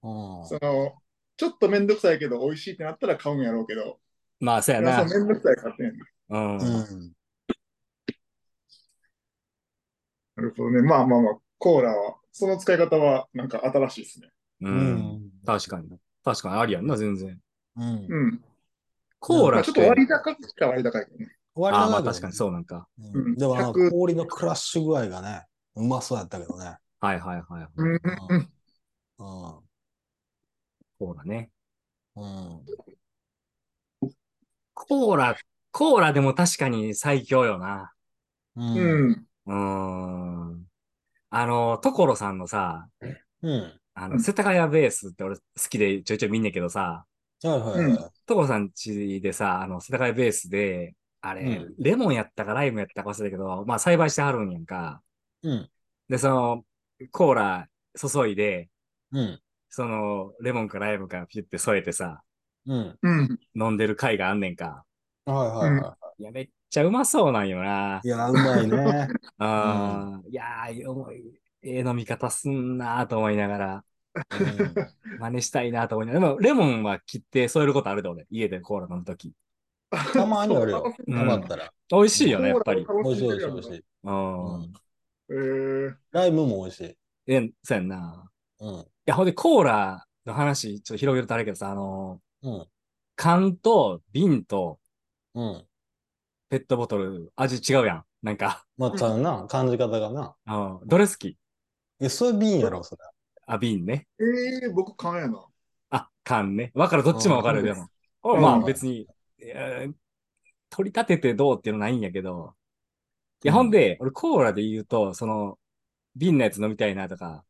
その、ちょっとめんどくさいけど、美味しいってなったら買うんやろうけど、まあ、そうやそな。うめんどくさいから買ってんやんうん。うん。なるほどね。まあまあまあ、コーラは、その使い方はなんか新しいですね。う。。うん確かに。確かにありやんな、全然。うん。うん。コーまラあ、っちょてっと割高っちゃ割高いけどね。割ああ、とまなあんか確かにそうなんか。ううんん。でも、あの、 100氷のクラッシュ具合がね、うまそうやったけどね。はいはいはいはい。うん。うんうん。コーラね。うん。コーラ、コーラでも確かに最強よな。うん。うん。うーん。あの、所さんのさ、うん。あうの、ん世田谷ベースって俺好きでちょいちょい見んねんけどさ、はいはいはい。所さんちでさ、あの、世田谷ベースで、あれ、うんレモンやったかライムやったか忘れたけど、まあ栽培してはるんやんか。うん。で、その、コーラ注いで、うん。その、レモンかライムかピュって添えてさ、うん。うん。飲んでる回があんねんか。はいはいはい。いや、めっちゃうまそうなんよな。いや、うまい ね。あーいやー、重いええ飲み方すんなーと思いながら、真似したいなーと思いながら、でも、レモンは切って添えることあるで、俺、家でコーラ飲むとき。たまにあるよ楽うしみん。うよんかだなったら。美味しいよね、やっぱり。コーラ美楽味ししい、美味しい、美味しんでるやろい。ううんん。。えー、ライムも美味しい。え、そうやんな。うん。いや、ほんで、コーラの話、ちょっと広げるとあれやけどさ、あのうん。ー缶と瓶とうん。ペットボトル、味違うやん。なんか、まあ、ちゃうな。感じ方がな。うん、どれ好きえ、それ瓶やろ、それ。あ、瓶ね。えー、僕、缶やな。あ、缶ね。わかる、どっちもわかる、うんでも。俺まうあん別に、えー取り立ててどうっていうのないんやけど。いや、ほんで、俺コーラで言うと、その、瓶のやつ飲みたいなとか、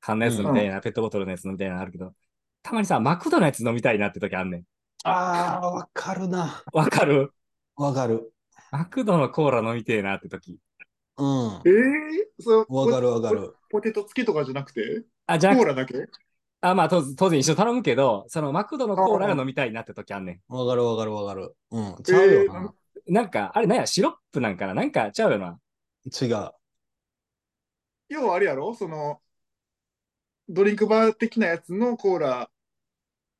缶のやつ飲みたいな、ペットボトルのやつ飲みたいなのあるけど、たまにさ、マクドのやつ飲みたいなって時あんねん。ああ、わかるな。わかるわかる。マクドのコーラ飲みてえなって時。うん。えー、それわかるわかる。ポテト付きとかじゃなくて、あ、じコゃなーくラだけあ、まあ当然当然一緒に頼むけど、そのマクドのコーラが飲みたいなって時あんねわかるわかるわかる。うん。ちゃうよな。ん。なんか、あれなんや、シロップなんかななんかちゃうよな。違う。要はあれやろその、ドリンクバー的なやつのコーラ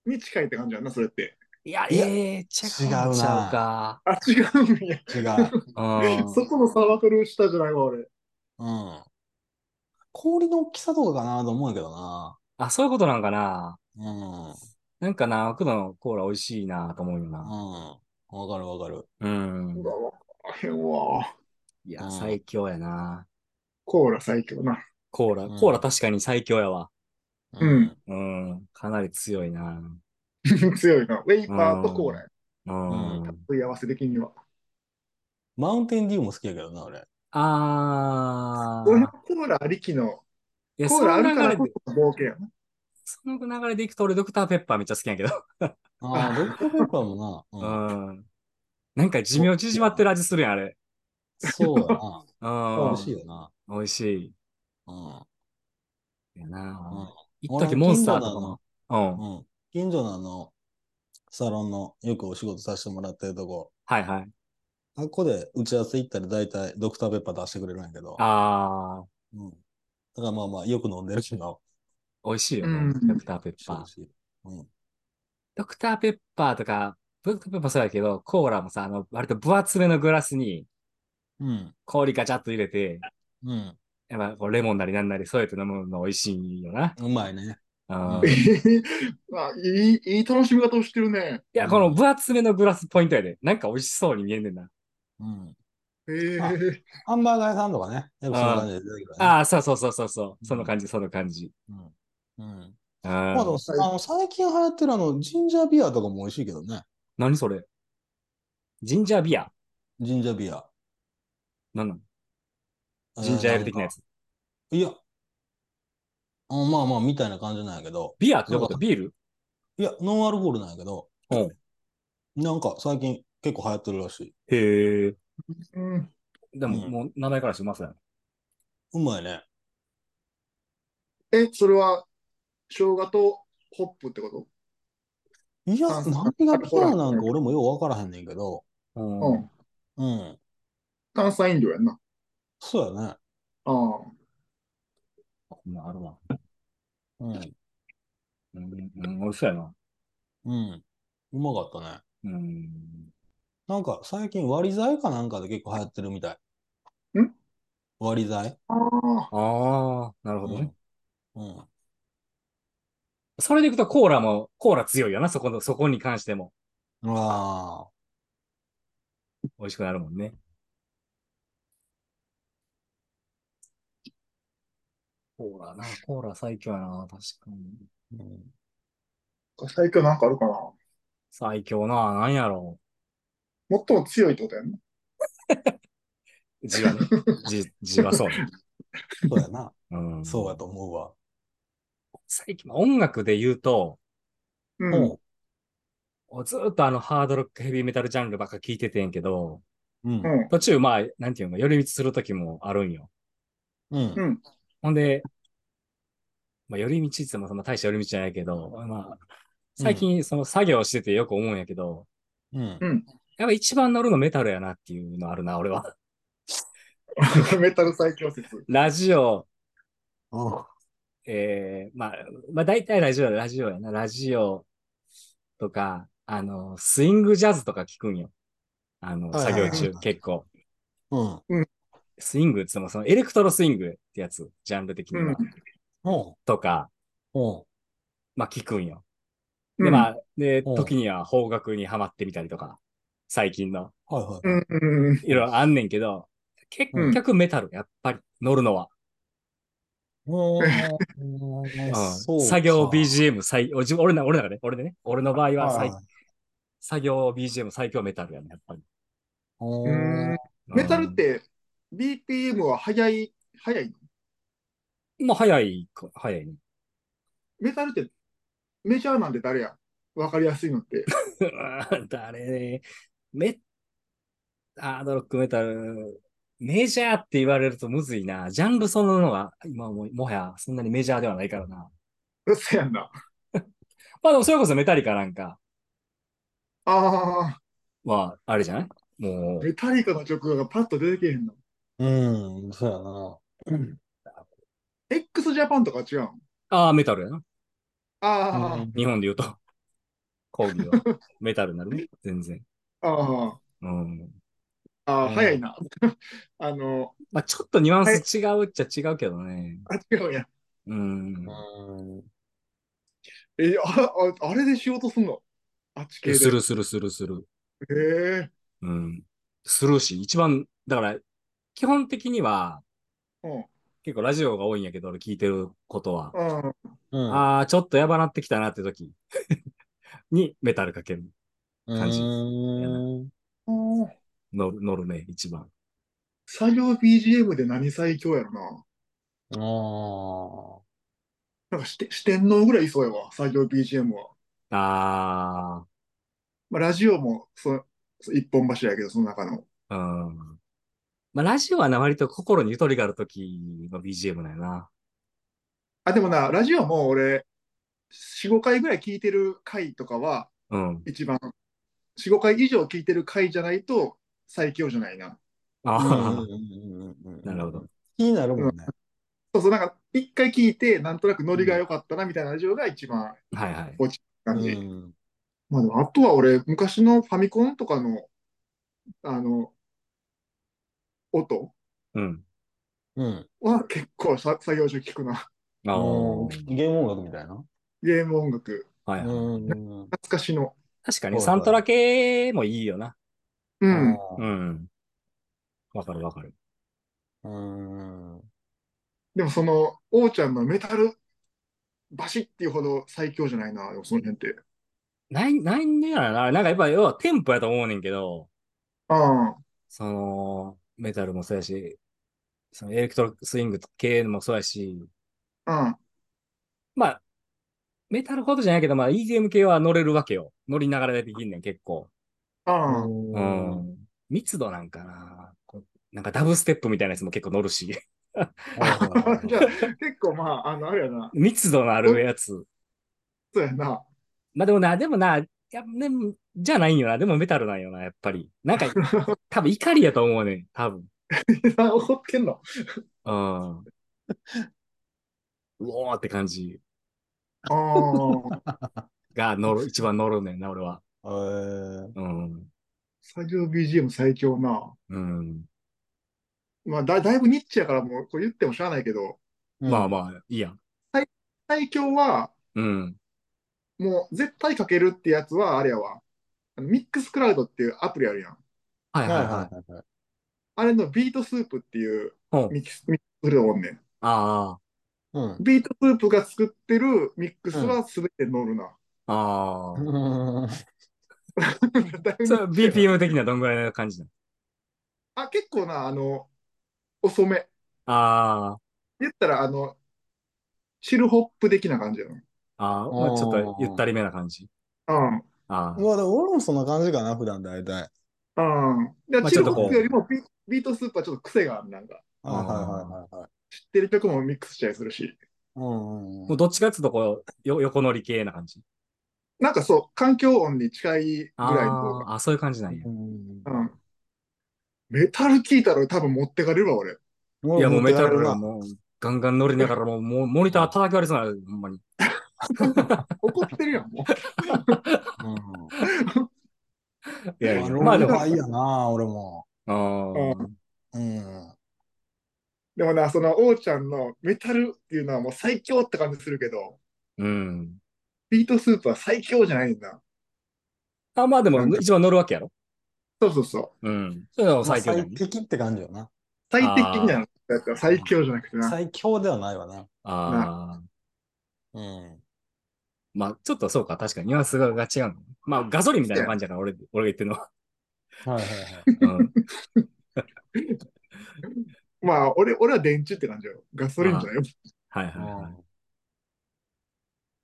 に近いって感じやんな、それって。いや、いやええー、違う違うなちゃうか。あ、違うんや。違う。 うんそこのサークルしたじゃないわ、俺。うん。氷の大きさとかかなと思うんやけどな。あ、そういうことなんかな。うん。なんかな、奥のコーラ美味しいなと思うようん。な。わかるわかる。うんう。わ、わからへんわ。いうや、ん最強やな。コーラ最強な。 コーラ、うんコーラ確かに最強やわ。うん。うん。かなり強いな。強いな。ウェイパーとコーラや。うん。う問い合わせ的には。マウンテンデューも好きやけどな、俺。あー俺は。コーラありきの、いや、コそーラあのる流かられこで、その冒険やな。 その流れでいくと俺ドクターペッパーめっちゃ好きやけど。ああ、ドクターペッパーもうな。うん。ん。なんか寿命縮まってる味するやん、あれ。そうや な。う美ん。味しいよな。美味しい。うやな。ん一時モンスターとかも。うん。うん。うん。近所のあの、サロンのよくお仕事させてもらってるとこ、はいはい。あっこで打ち合わせ行ったら大体ドクターペッパー出してくれるんやけど。あうん。だからまあまあ、よく飲んでるけど。ー、美味しいようね。んドクターペッパー。しい。うん。ドクターペッパーとか、ドクターペッパーそうやけど、コーラもさ、あの、割と分厚めのグラスにうん。氷ガチャッと入れて、うん。やっぱこうレモンなりなんなり添えて飲むの美味しいよな。うまいね。うんういあいい、いい楽しみ方をしてるね。や、この分厚めのグラスポイントやで。なんか美味しそうに見えんねんな。うん。へえあハンバーガー屋さんとかね。やっぱそんな感じで出てくるからね。ああ、そうそうそうそうそう。その感じ、その感じ。うん。うん。うまあでんも、あの、最近流行ってるあの、ジンジャービアとかも美味しいけどね。何それジンジャービア。ジンジャービア。何なのジンジャーエール的なやつ。つ。いや。うんまあまあ、みたいな感じなんやけど。ビアってどういうことビールいや、ノンアルコールなんやけど。うんなんか、最近結構流行ってるらしい。へえ。うん。でも、うんもう名前からしてうまそうやな。うまいね。え、それは、生姜とホップってこといや、炭酸何がビアなんか俺もようわからへんねんけど。ううんん。うん。炭酸飲料やんな。そうやね。ああ。こんなんあるわ。うん。うん、うん、美味しそうやな。うん。うまかったね。うん。なんか最近割り剤かなんかで結構流行ってるみたい。ん割り剤ああ、ああ、なるうほどね。ん。うん。それでいくとコーラも、コーラ強いよな、そこの、そこに関しても。うわ美味しくなるもんね。コーラな、コーラ最強やな、確かに。ーうん最強なんかあるかな。最強な、なんやろ最も強いってことやね。う。字は ね。字、字はそうね。そうやな。うん。そうやと思うわ。最近、音楽で言うと、うん。うずーっとあの、ハードロック、ヘビーメタルジャンルばっか聞いててんけど、ん。ううん。ん。途中、まあ、なんていうの、寄り道する時もあるんよ。うん。うん。ほんで、まあ、寄り道って言ってもそんな大した寄り道じゃないけど、まあ、最近、その作業しててよく思うんやけど、うん。やっぱ一番乗るのメタルやなっていうのあるな、俺は。 メタル最強説。ラジオ、うん。ええまあ、まあ大体ラジオ、ラジオやな、ラジオとか、あの、スイングジャズとか聞くんよ。あの、はいは作いは業い中、結構。うん。スイングって言っても、そのエレクトロスイングってやつ、ジャンル的には、うん。とか、うん。まあ聞くんよ。うで、んまあ、で、うん時には邦楽にハマってみたりとか、最近の、はいはい。うんうんうん。いろいろあんねんけど、結局メタル、やっぱり乗るのは。 어,ううんん。そうか作業。BGM 最、おじ俺な俺の中で、俺でね、俺の場合は最はい作業 BGM 最強メタルやね、やっぱり。うん。メタルって、BPM は速い、速いのうんまあ、早いか、早いね。 メタルって、メジャーなんて誰やわかりやすいのって。 誰ね。メハードロックメタル、メジャーって言われるとむずいな。ジャンルそのものが、今も、もはやそんなにメジャーではないからな。そうやんな。まあでもそれこそメタリカなんかあは、あれじゃないもあ、う、メタリカの曲がパッと出てけへんの。うん。そうやな。 x ジャパンとか違うんああ、メタルやな。あうん日本で言うと。講義はメタルになるね、全然。あ、ああ、うん。ああ、うん早いな。 あの、まあちょっとニュアンス違うっちゃ違うけどね。あ、違うんや。うん。うん。え、あああれで仕事すんのあっち系で。するするするする。へえうん。するし、一番、だから、基本的には、うん結構ラジオが多いんやけど、俺聞いてることは。うん。うん。ああ、ちょっとやばなってきたなって時 にメタルかける。感じうやなーん。うん。乗る乗るね、一番。作業 BGM で何最強やろな。ああ。なんかして、四天王ぐらいいそうやわ、作業 BGM は。あまあ、ラジオもそ、そう一本柱やけど、その中の。あ、うん。まあ、ラジオはな、割と心にゆとりがある時の BGM だよな。あ、でもな、ラジオも俺、4、5回ぐらい聞いてる回とかは、うん。一番、4、5回以上聞いてる回じゃないと、最強じゃないな。음,ああ、ななるほど。。気になるもんね。そうそう、なんか、一回聞いて、なんとなくノリが良かったな、みたいなラジオが一番はいはい。感じ。うんまあでも、あとは俺、昔のファミコンとかの、あの、音うん。うん。は結構さ作業中聞くな。ああ、うんゲーム音楽みたいな。ゲーム音楽、はいはい。うん。懐かしの。確かはに、いはいサントラ系もいいよな。う。うんうん。わかるわかる。 어,ん。でもその、王ちゃんのメタル、バシッっていうほど最強じゃないな、でもその辺って。ない、ないんだよな。なんかやっぱ、要はテンポやと思うねんけど、ああ、その、メタルもそうやし、そのエレクトロスイング系もそうやし、あまあ、メタルほどじゃないけど、まあ、EDM 系は乗れるわけよ。乗りながらできんねん、結構。あ、ああ、ううんん。密度なんかな。こうなんかダブステップみたいなやつも結構乗るし、 어.じゃあ、結構まあ、あの、あれやな、密度のあるやつ。そうやな。 まあでもな、でもな、いや、でも、じゃないんよな。でもメタルなんよな、やっぱり。なん か、多分怒りやと思うねん、多分。怒ってんのうん。 うおーって感じ。ああ。が乗る、一番乗るねんな、俺は。えー、うん。作業 BGM 最強な。うん。まあだ、だいぶニッチやからもうこれ言ってもしゃあないけど、 음.まあまあ、いいやん。最強は、うん。もう絶対かけるってやつは、あれやわ。あのミックスクラウドっていうアプリあるやん。はいはいはいは。はいいはいはい。あれのビートスープっていうほうミキス、ミックスするもんねん。あうん。 ビートスープが作ってるミックスは全て乗るな。あ、ああ。うん だいぶそれ BPM 的にはどんぐらいの感じなのあ、結構な、あの、遅め。あ言ったら、あの、チルホップ的な感じやあ、ああ、まあちょっとゆったりめな感じ。な。あまあでも俺もそんな感じかな、普段大体。うん。うん。だかまあらちチょっルとホこうップよりもビビートスープはちょっと癖がある。なんか、あーはいはいはいはい。知ってる曲もミックスしたりするし。うんあ。うんう。もうんどっちかっていうとこう、よ横乗り系な感じ。なんかそう、環境音に近いぐあらいの方が。ああ、そういう感じなんやう。んうん。メタル聴いたら多分持ってかれるわ、 俺。いや、もうメ手タ軽ルながもう、ガンガン乗りながら、もう、もうモニター叩き割りそうになる、ほんまに。怒ってるやん、もうう。んいやいや、ロまあンでグも、がいいやな、俺も。ああ、うん。でもな、その、王ちゃんのメタルっていうのはもう最強って感じするけど、うん。ビートスープは最強じゃないんだ。あまあでもなん、か一番乗るわけやろ。そうそうそう。うん。それは最強だよねまあ最。適って感じよな。最適みたいなやつは最強じゃなくてな。最強ではないわな。ああ。うん。まあ、ちょっとそうか、確かにニュアンスが違うの。まあ、ガソリンみたいな感じやから、俺、俺が言ってるのは。はいはいはい。うん。まあ、俺、俺は電池って感じよ。ガソリンじゃないよ。はいはういはい。ん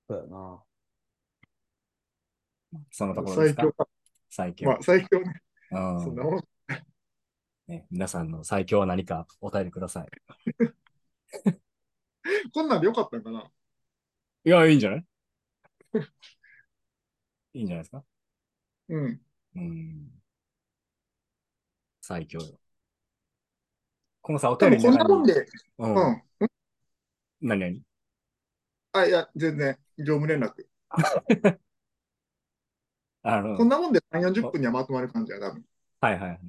そうやな。そのところですか最強か。最強。まあ、最強ね。うんそんなもん。ね皆さんの最強は何かお便りください。こんなんでよかったんかな。いや、いいんじゃない いいんじゃないですかうん。うん。最強よ。このさ、お便りこんなもんで。で。う。うんん。何何あ、いや、全然、業務連絡。あの、こんなもんで3、40分にはまとまる感じや、多分。はいはいはい。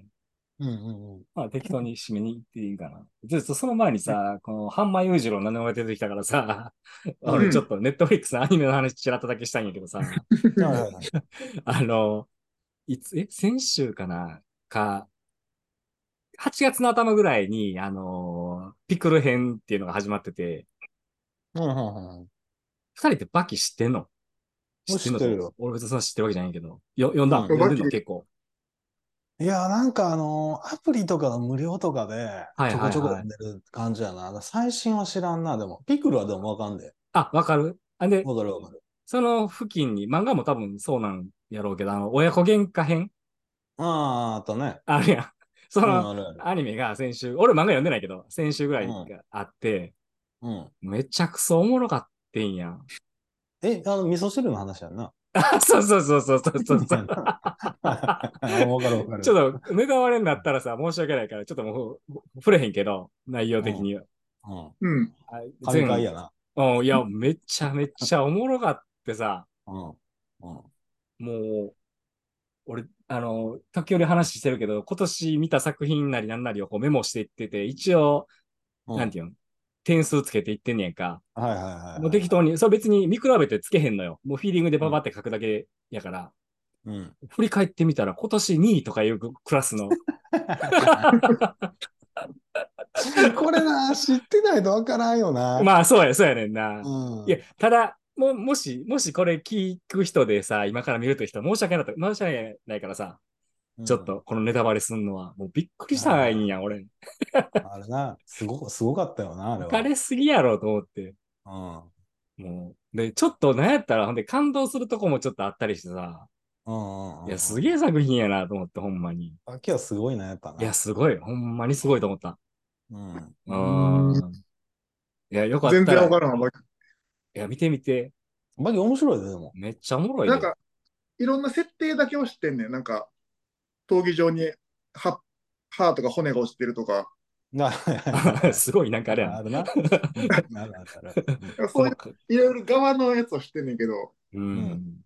うんうんうん。まあ適当に締めに行っていいかな。ずっとその前にさ、この半間裕次郎の名前が出てきたからさ、うん俺ちょっとネットフリックスのアニメの話ちらっとだけしたいんやけどさ、はいはいはいあの、いつ、え、先週かなか、8月の頭ぐらいに、あのーピクル編っていうのが始まってて、うんうんうんうん。二人ってバキ知ってんのもうの知ってるよ俺別にそんな知ってるわけじゃないけど、よ読んだ、うん読んでんのバキ結構。いや、なんかあのー、アプリとかの無料とかでは、いちょはこいちょこ読んでる感じやな。最新は知らんな、でも。ピクルはでもわかんで。あ、わかるあ、で、わかるわかる。その付近に、漫画も多分そうなんやろうけど、あの、親子喧嘩編ああ、あったね。あるやん。そうん、のあるある。アニメが先週、俺漫画読んでないけど、先週ぐらいがあって、うん。めちゃくそおもろかってんや ん。え、あの、味噌汁の話やんな。あそうそうそうそうそうそうそう。わかるわかる。ちょっと、ネタバレになったらさ、申し訳ないから、ちょっともう、触れへんけど、内容的には。うん。うん。あ神回やな。うん、いや、めちゃめちゃおもろかってさ、うん。うん。もう、俺、あの、時折話してるけど、今年見た作品なりなんなりをこうメモしていってて、一応、うんなんていうの点数つけていってんねやんか。はいはいはいはい。もう適当に、それ別に見比べてつけへんのよ。もうフィーリングでババって書くだけやから、うん。振り返ってみたら今年2位とかいうクラス の、これな、知ってないとわからんよな。まあそうや、そうやねんな。うん。いや、ただ、も、もし、もしこれ聞く人でさ、今から見るという人、申し訳ないと、申し訳ないからさ、うんちょっ。とこのネタバレすんのは、もうびっくりしたんや、俺。あれな、すご、すごかったよな、あれは。疲れすぎやろと思って。もう。で、ちょっとなんやったら、ほんで感動するとこもちょっとあったりしてさ、うん。うんうんうん。いや、すげえ作品やなと思って、ほんまに。秋はすごいな、やっぱな。いや、すごい。ほんまにすごいと思った。うん。ううんん。いや、よかった全然ら。わかいらんわ。や、見てみて。バキ面白いで、でも。めっちゃおもろいで。なんか、いろんな設定だけを知ってんねん。なんか、闘技場に歯、歯とか骨が落ちてるとか、な すごい、なんかあれやな。 あるな。うんあるあるある。そういういろいろ側のやつを知ってんねんけど、ううんん。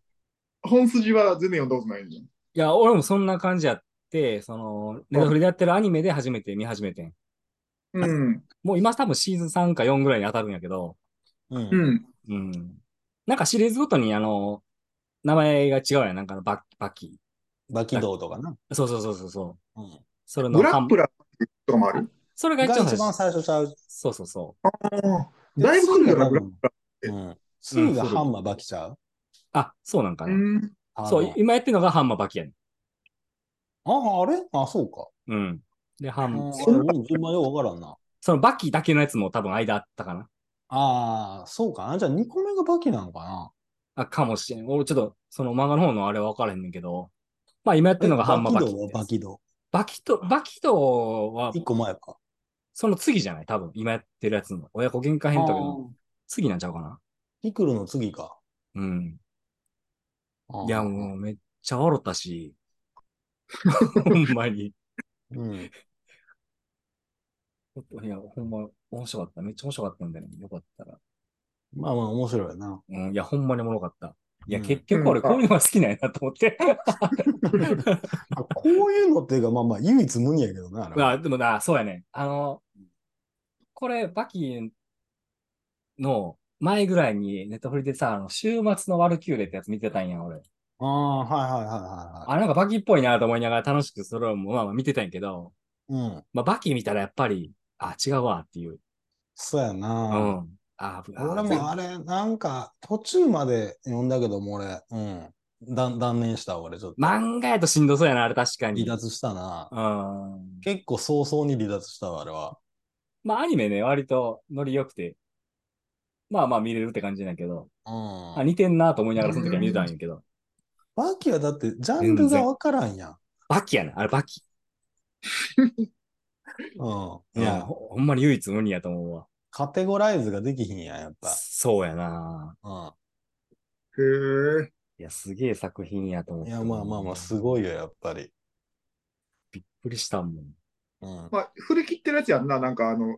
本筋は全然読んだことないんじゃん。いや、俺もそんな感じやって、その、ネタフリでやってるアニメで初めて見始めてん。うん。もう今多分シーズン3か4ぐらいに当たるんやけど、う。うんん。うん。なんかシリーズごとに、あの、名前が違うやん。なんかのバッ、バキ。バキドーとかな。そうそうそうそうそう。うん。それのグラ看ップラーとかもある。それがが一応一番最初ちゃう。そうそうそあーだいぶ来るよな、グラップララうん。次がハンマーバキちゃうう。あ、そうなんかー。うな。ん。あそのう、今やってるのがハンマーバキやねああ、あれあ、そうか。ん。うん。で、ハあン、ー俺も順番ようわからんな。そのバキだけのやつも多分間あったかな。ああ、そうかな。じゃあ2個目がバキなのかな。あ、かもしれん。俺ちょっと、その漫画の方のあれは分からへんねんけど。まあ今やってるのがハンマーバキえドーはバキドバキと、バキとはー。、1個前か。その次じゃない多分、今やってるやつの。親子喧嘩編とかの次なんちゃうかなピクルの次か。うん。あーいや、もうめっちゃ笑ったし。 ほんまに。うん。いや、ほんま、面白かった。めっちゃ面白かったんだよね。よかったら。まあまあ、面白いよな。うん、いや、ほんまにおもろかった。いや、うん結局俺、うんこういうのが好きなんやなと思って。あこういうのっていうか、まあまあ、唯一無二やけどな。あれは まあ、でもな、そうやね。あの、これ、バキの前ぐらいに、ネットフリでさ、あの、週末のワルキューレってやつ見てたんや、俺。ああ、はいはいはあ、なんかバキっぽいなと思いながら楽しくそれをまあまあ見てたんやけど、いはい。うん。まあ、バキ見たらやっぱり、あ、違うわっていう。そうやうな。ん。あ、ぶ俺もあれ、なんか、途中まで読んだけども、俺、うん。だ断念した、俺、ちょっと。漫画やとしんどそうやな、あれ確かに。離脱したな。うん。結構早々に離脱したわ、あれは。まあ、アニメね、割とノリ良くて、まあまあ見れるって感じなんやけど、あ、うん。似てんなと思いながらその時は見てたんやけど、バキはだって、ジャンルがわからんやん。バキやね。あれバキ。うん。いいや、や、ほほんまに唯一無二やと思うわ。カテゴライズができひんやん、やっぱ。そうやな。へえ。いや、すげえ作品やとう思っん。いて。や、まあまあまあ、すごいよ、やっぱり。びっくりしたもん。うん。まあ、振り切ってるやつやんな、なんかあいの、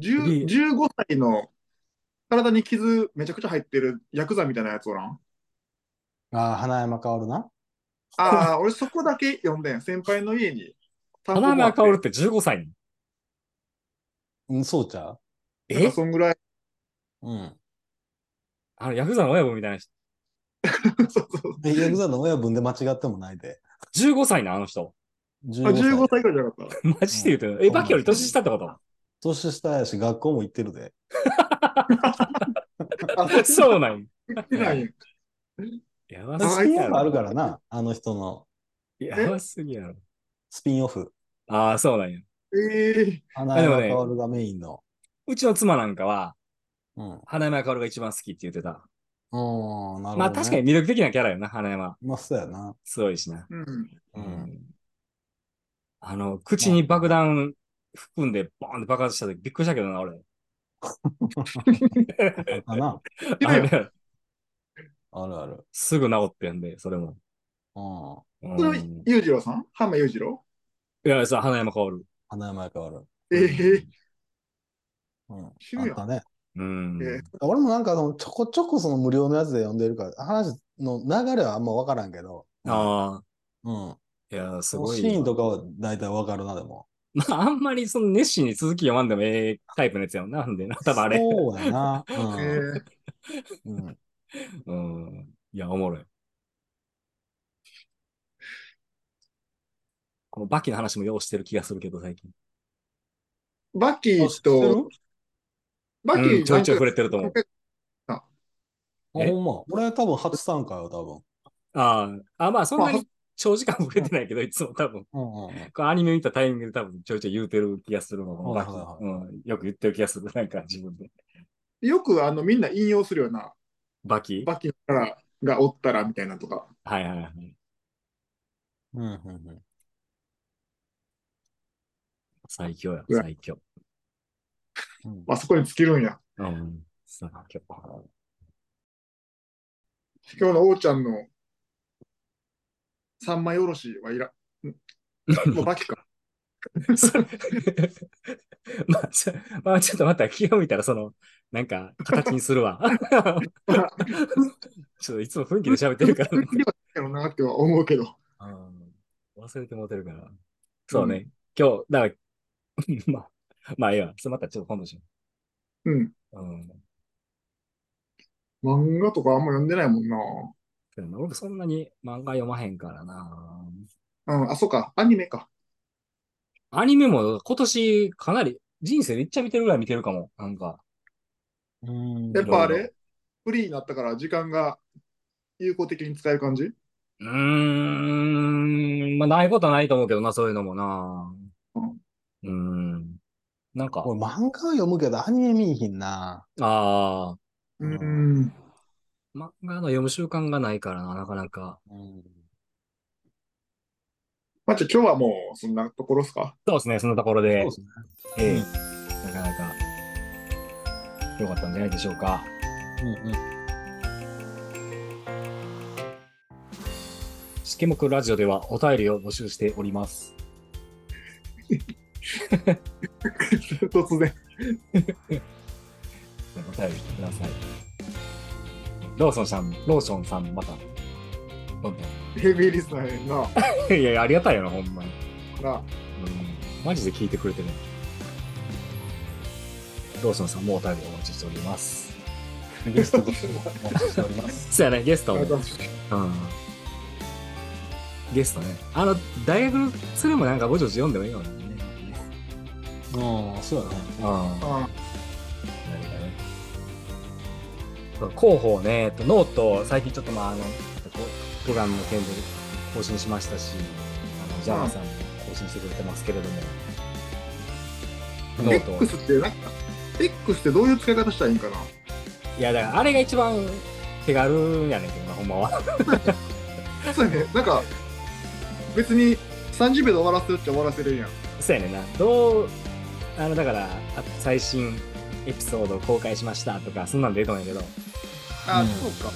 い10 15歳の体に傷めちゃくちゃ入ってるヤクザみたいなやつおらんああ、花山薫な。あ あ、俺そこだけ読んでん。先輩の家に。花山薫って15歳に。うん、そうちゃうええそんぐらい。 うん。あの、ヤクザの親分みたいな人。そうそう。えヤクザの親分で間違ってもないで。 15歳な、あの人。 15あ15歳。歳ぐらいじゃなかった。マジで言うと、え、バキより年下ってこと年下やし、学校も行ってるで。あ、そっちそうなん行ってないやん。や。やばあスすぎピンやオフあるろ。からな、あの人のやばすぎやろ。スピンオフ。ああ、そうなんや。ええ花でも山ね薫がメインの。うちの妻なんかは、うん。う花山薫が一番好きって言ってた。ーん、なるほど、ね。まあ確かに。魅力的なキャラよな、花山。まあ、そうやな。すごいしな。うん。うんあの、口に爆弾含んで、ボーンって爆発した時びっくりしたけどな、俺。かな。いやいやあれあるある。すぐ治ってんで、それも。うん。うんそれは裕次郎さん浜裕次郎いや、そう、花山薫。花山薫。ええうん。知るやんあったね。うん。え俺もなんかその、ちょこちょこその無料のやつで読んでるから、話の流れはあんまわからんけど。ああ、うん。いや、すそのごい。シーンとかは大体わかるな、でも。まあ、あんまりその熱心に続き読まんでもええタイプのやつやもんな。なんで な、多分あれ。そうやな。えうんえうん。うん。いや、おもろい。このバキの話もようしてる気がするけど、最近。バッキあー知ってると、バッキうんーちょいちょい触なんかれてると思う。あ、ほんま。俺多分初参加よ、多ああ、あまあ、そんなまあに長時間触れてないけど、いつも多分、分。うんうんうん。こうアニメ見たタイミングで多分ちょいちょい言うてる気がするの。このバキはいはいうん、よく言ってる気がする。なんか自分で。よくあのみんな引用するような、バキバッキーからがおったらみたいなとか。はいはいはい。うんうんうん。最強や、うわ最強。うんあそこに尽きるんや。うん、最強。今日の王ちゃんの三枚おろしはいらん。もうバキか。 まあ、ちょまあ、ちょっとまた気を見たら、その、なんか、形にするわ。 ちょっといつも雰囲気で喋ってるからそ。ういう気ではないやろうなっては思うけど。うん忘れてもうてるから。そうね。今日、だから、 まあ、まあ、いいわ。それまたちょっと今度しようん。う。うん。漫画とかあんま読んでないもんな。でも僕そんなに漫画読まへんからな。うん、あ、そうか、アニメか。アニメも今年かなり人生でいっちゃ見てるぐらい見てるかも。なんか。うんやっぱあいろいれフリーになったから時間が有効的に使える感じうーん。まあ、ないことはないと思うけどな、そういうのもな。うん。なんか、俺漫画は読むけどアニメ見いひんな。ああ、ううんん。漫画の読む習慣がないからな、なかなか。うん。まあ、じゃあ今日はもうそんなところですか そうですね、そんなところそうでで。すね。ええ、なかなか良かったんじゃないでしょうか。うんうん。しけもくラジオではお便りを募集しております。突然。お便りください。ローソンさん、ローソンさん、また。どんヘビーリスナーやんな。かどんいやいや、ありがたいよな、ほんまに。ら、うんマジで聞いてくれてる。ローソンさんもお便りお待ちしております。ゲストとしてもお待ちしております。そうやね、ゲストあもりがとうございまうんゲストね。あの、大学のそれもなんかごちょ読んでもいいよね。うん、そうだね。うん。何かあね。そう広報ね、えっとノート、最近ちょっとまあ、あの、プガンの件で更新しましたし、あの、ジャマさんも更新してくれてますけれども、ノート。 X ってなんか、X ってどういう使い方したらいいんかないや、だからあれが一番手軽やねんけどな、ほんまは。 そうやね、なんか、別に30秒で終わらせるっちゃ終わらせれるやん。そうやねんな。どう、あの、だから、あ最新エピソード公開しましたとか、そんなんでいいと思うんやけど、あ、うんそうか。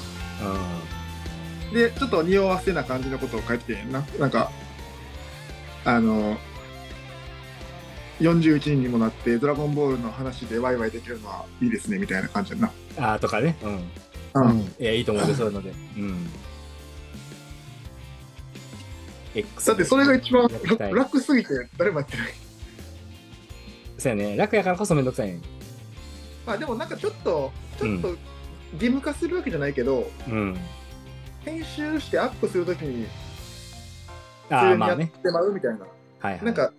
うん。で、ちょっと匂わせな感じのことを書いててな、なんか、あの、41人にもなって、ドラゴンボールの話でワイワイできるのはいいですね、みたいな感じやな。あーとかね。うん。う。うんん。いや、いいと思う よ、そういうので。うん。X だってそれが一番やり楽たい楽すぎて、誰もやってない。そうやね。楽やからこそめんどくさいね。まあでもなんかちょっと、ちょっとう義務化するわけじゃないけど、うん。編集してアップするときに、あ普あ、通にまやあっね。てまうみたいな。はいはい。なん、か、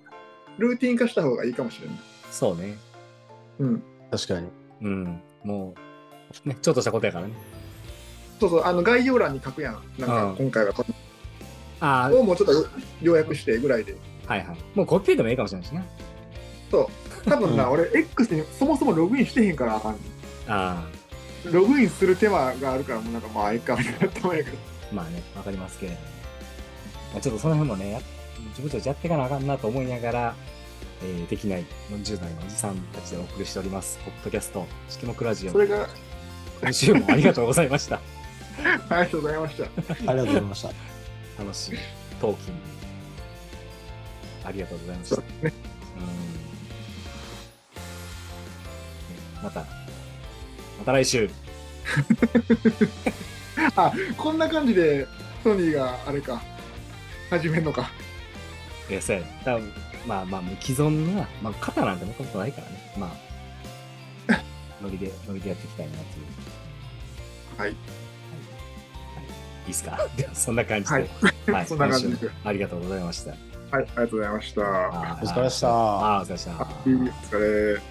ルーティン化した方がいいかもしれない。そうね。うん。確かに。うん。もう、ね、ちょっとしたことやからね。そうそう、あの、概要欄に書くやん。なんうかん、今回はこあれをもうちょっと要約してぐらいで。あ、はいはい。もうコピーでもいいかもしれないしね。多分うな、ん俺、X にそもそもログインしてへんからあかん。あログインする手間があるから、もうなんか、まあ、ええかみたいな頭やけど。あ、まあね、わかりますけれども。まあ、ちょっとその辺もね、やっちょちょちやっていかなあかんなと思いながら、えーできない40代のおじさんたちでお送りしております。ポッドキャスト、しきもくラジオそ。れが、今週もありがとうございました。ありがとうございました。ありがとうございました。楽しいトーキングありがとうございました。うんねまた、また来週。 こんな感じで、ソニーがあれか、始めんのか。えー、そうや多分まあまあ、もう既存のな、まあ、肩なんてもともとないからね。まあ、 ノリで、ノリでやっていきたいなっていう。はい。いいですか では、そんな感じで。はいは そんな感じで今週もありがとうございました。はい、ありがとうございました。あーお疲れっしたあーお疲れっしたあいいお疲れ。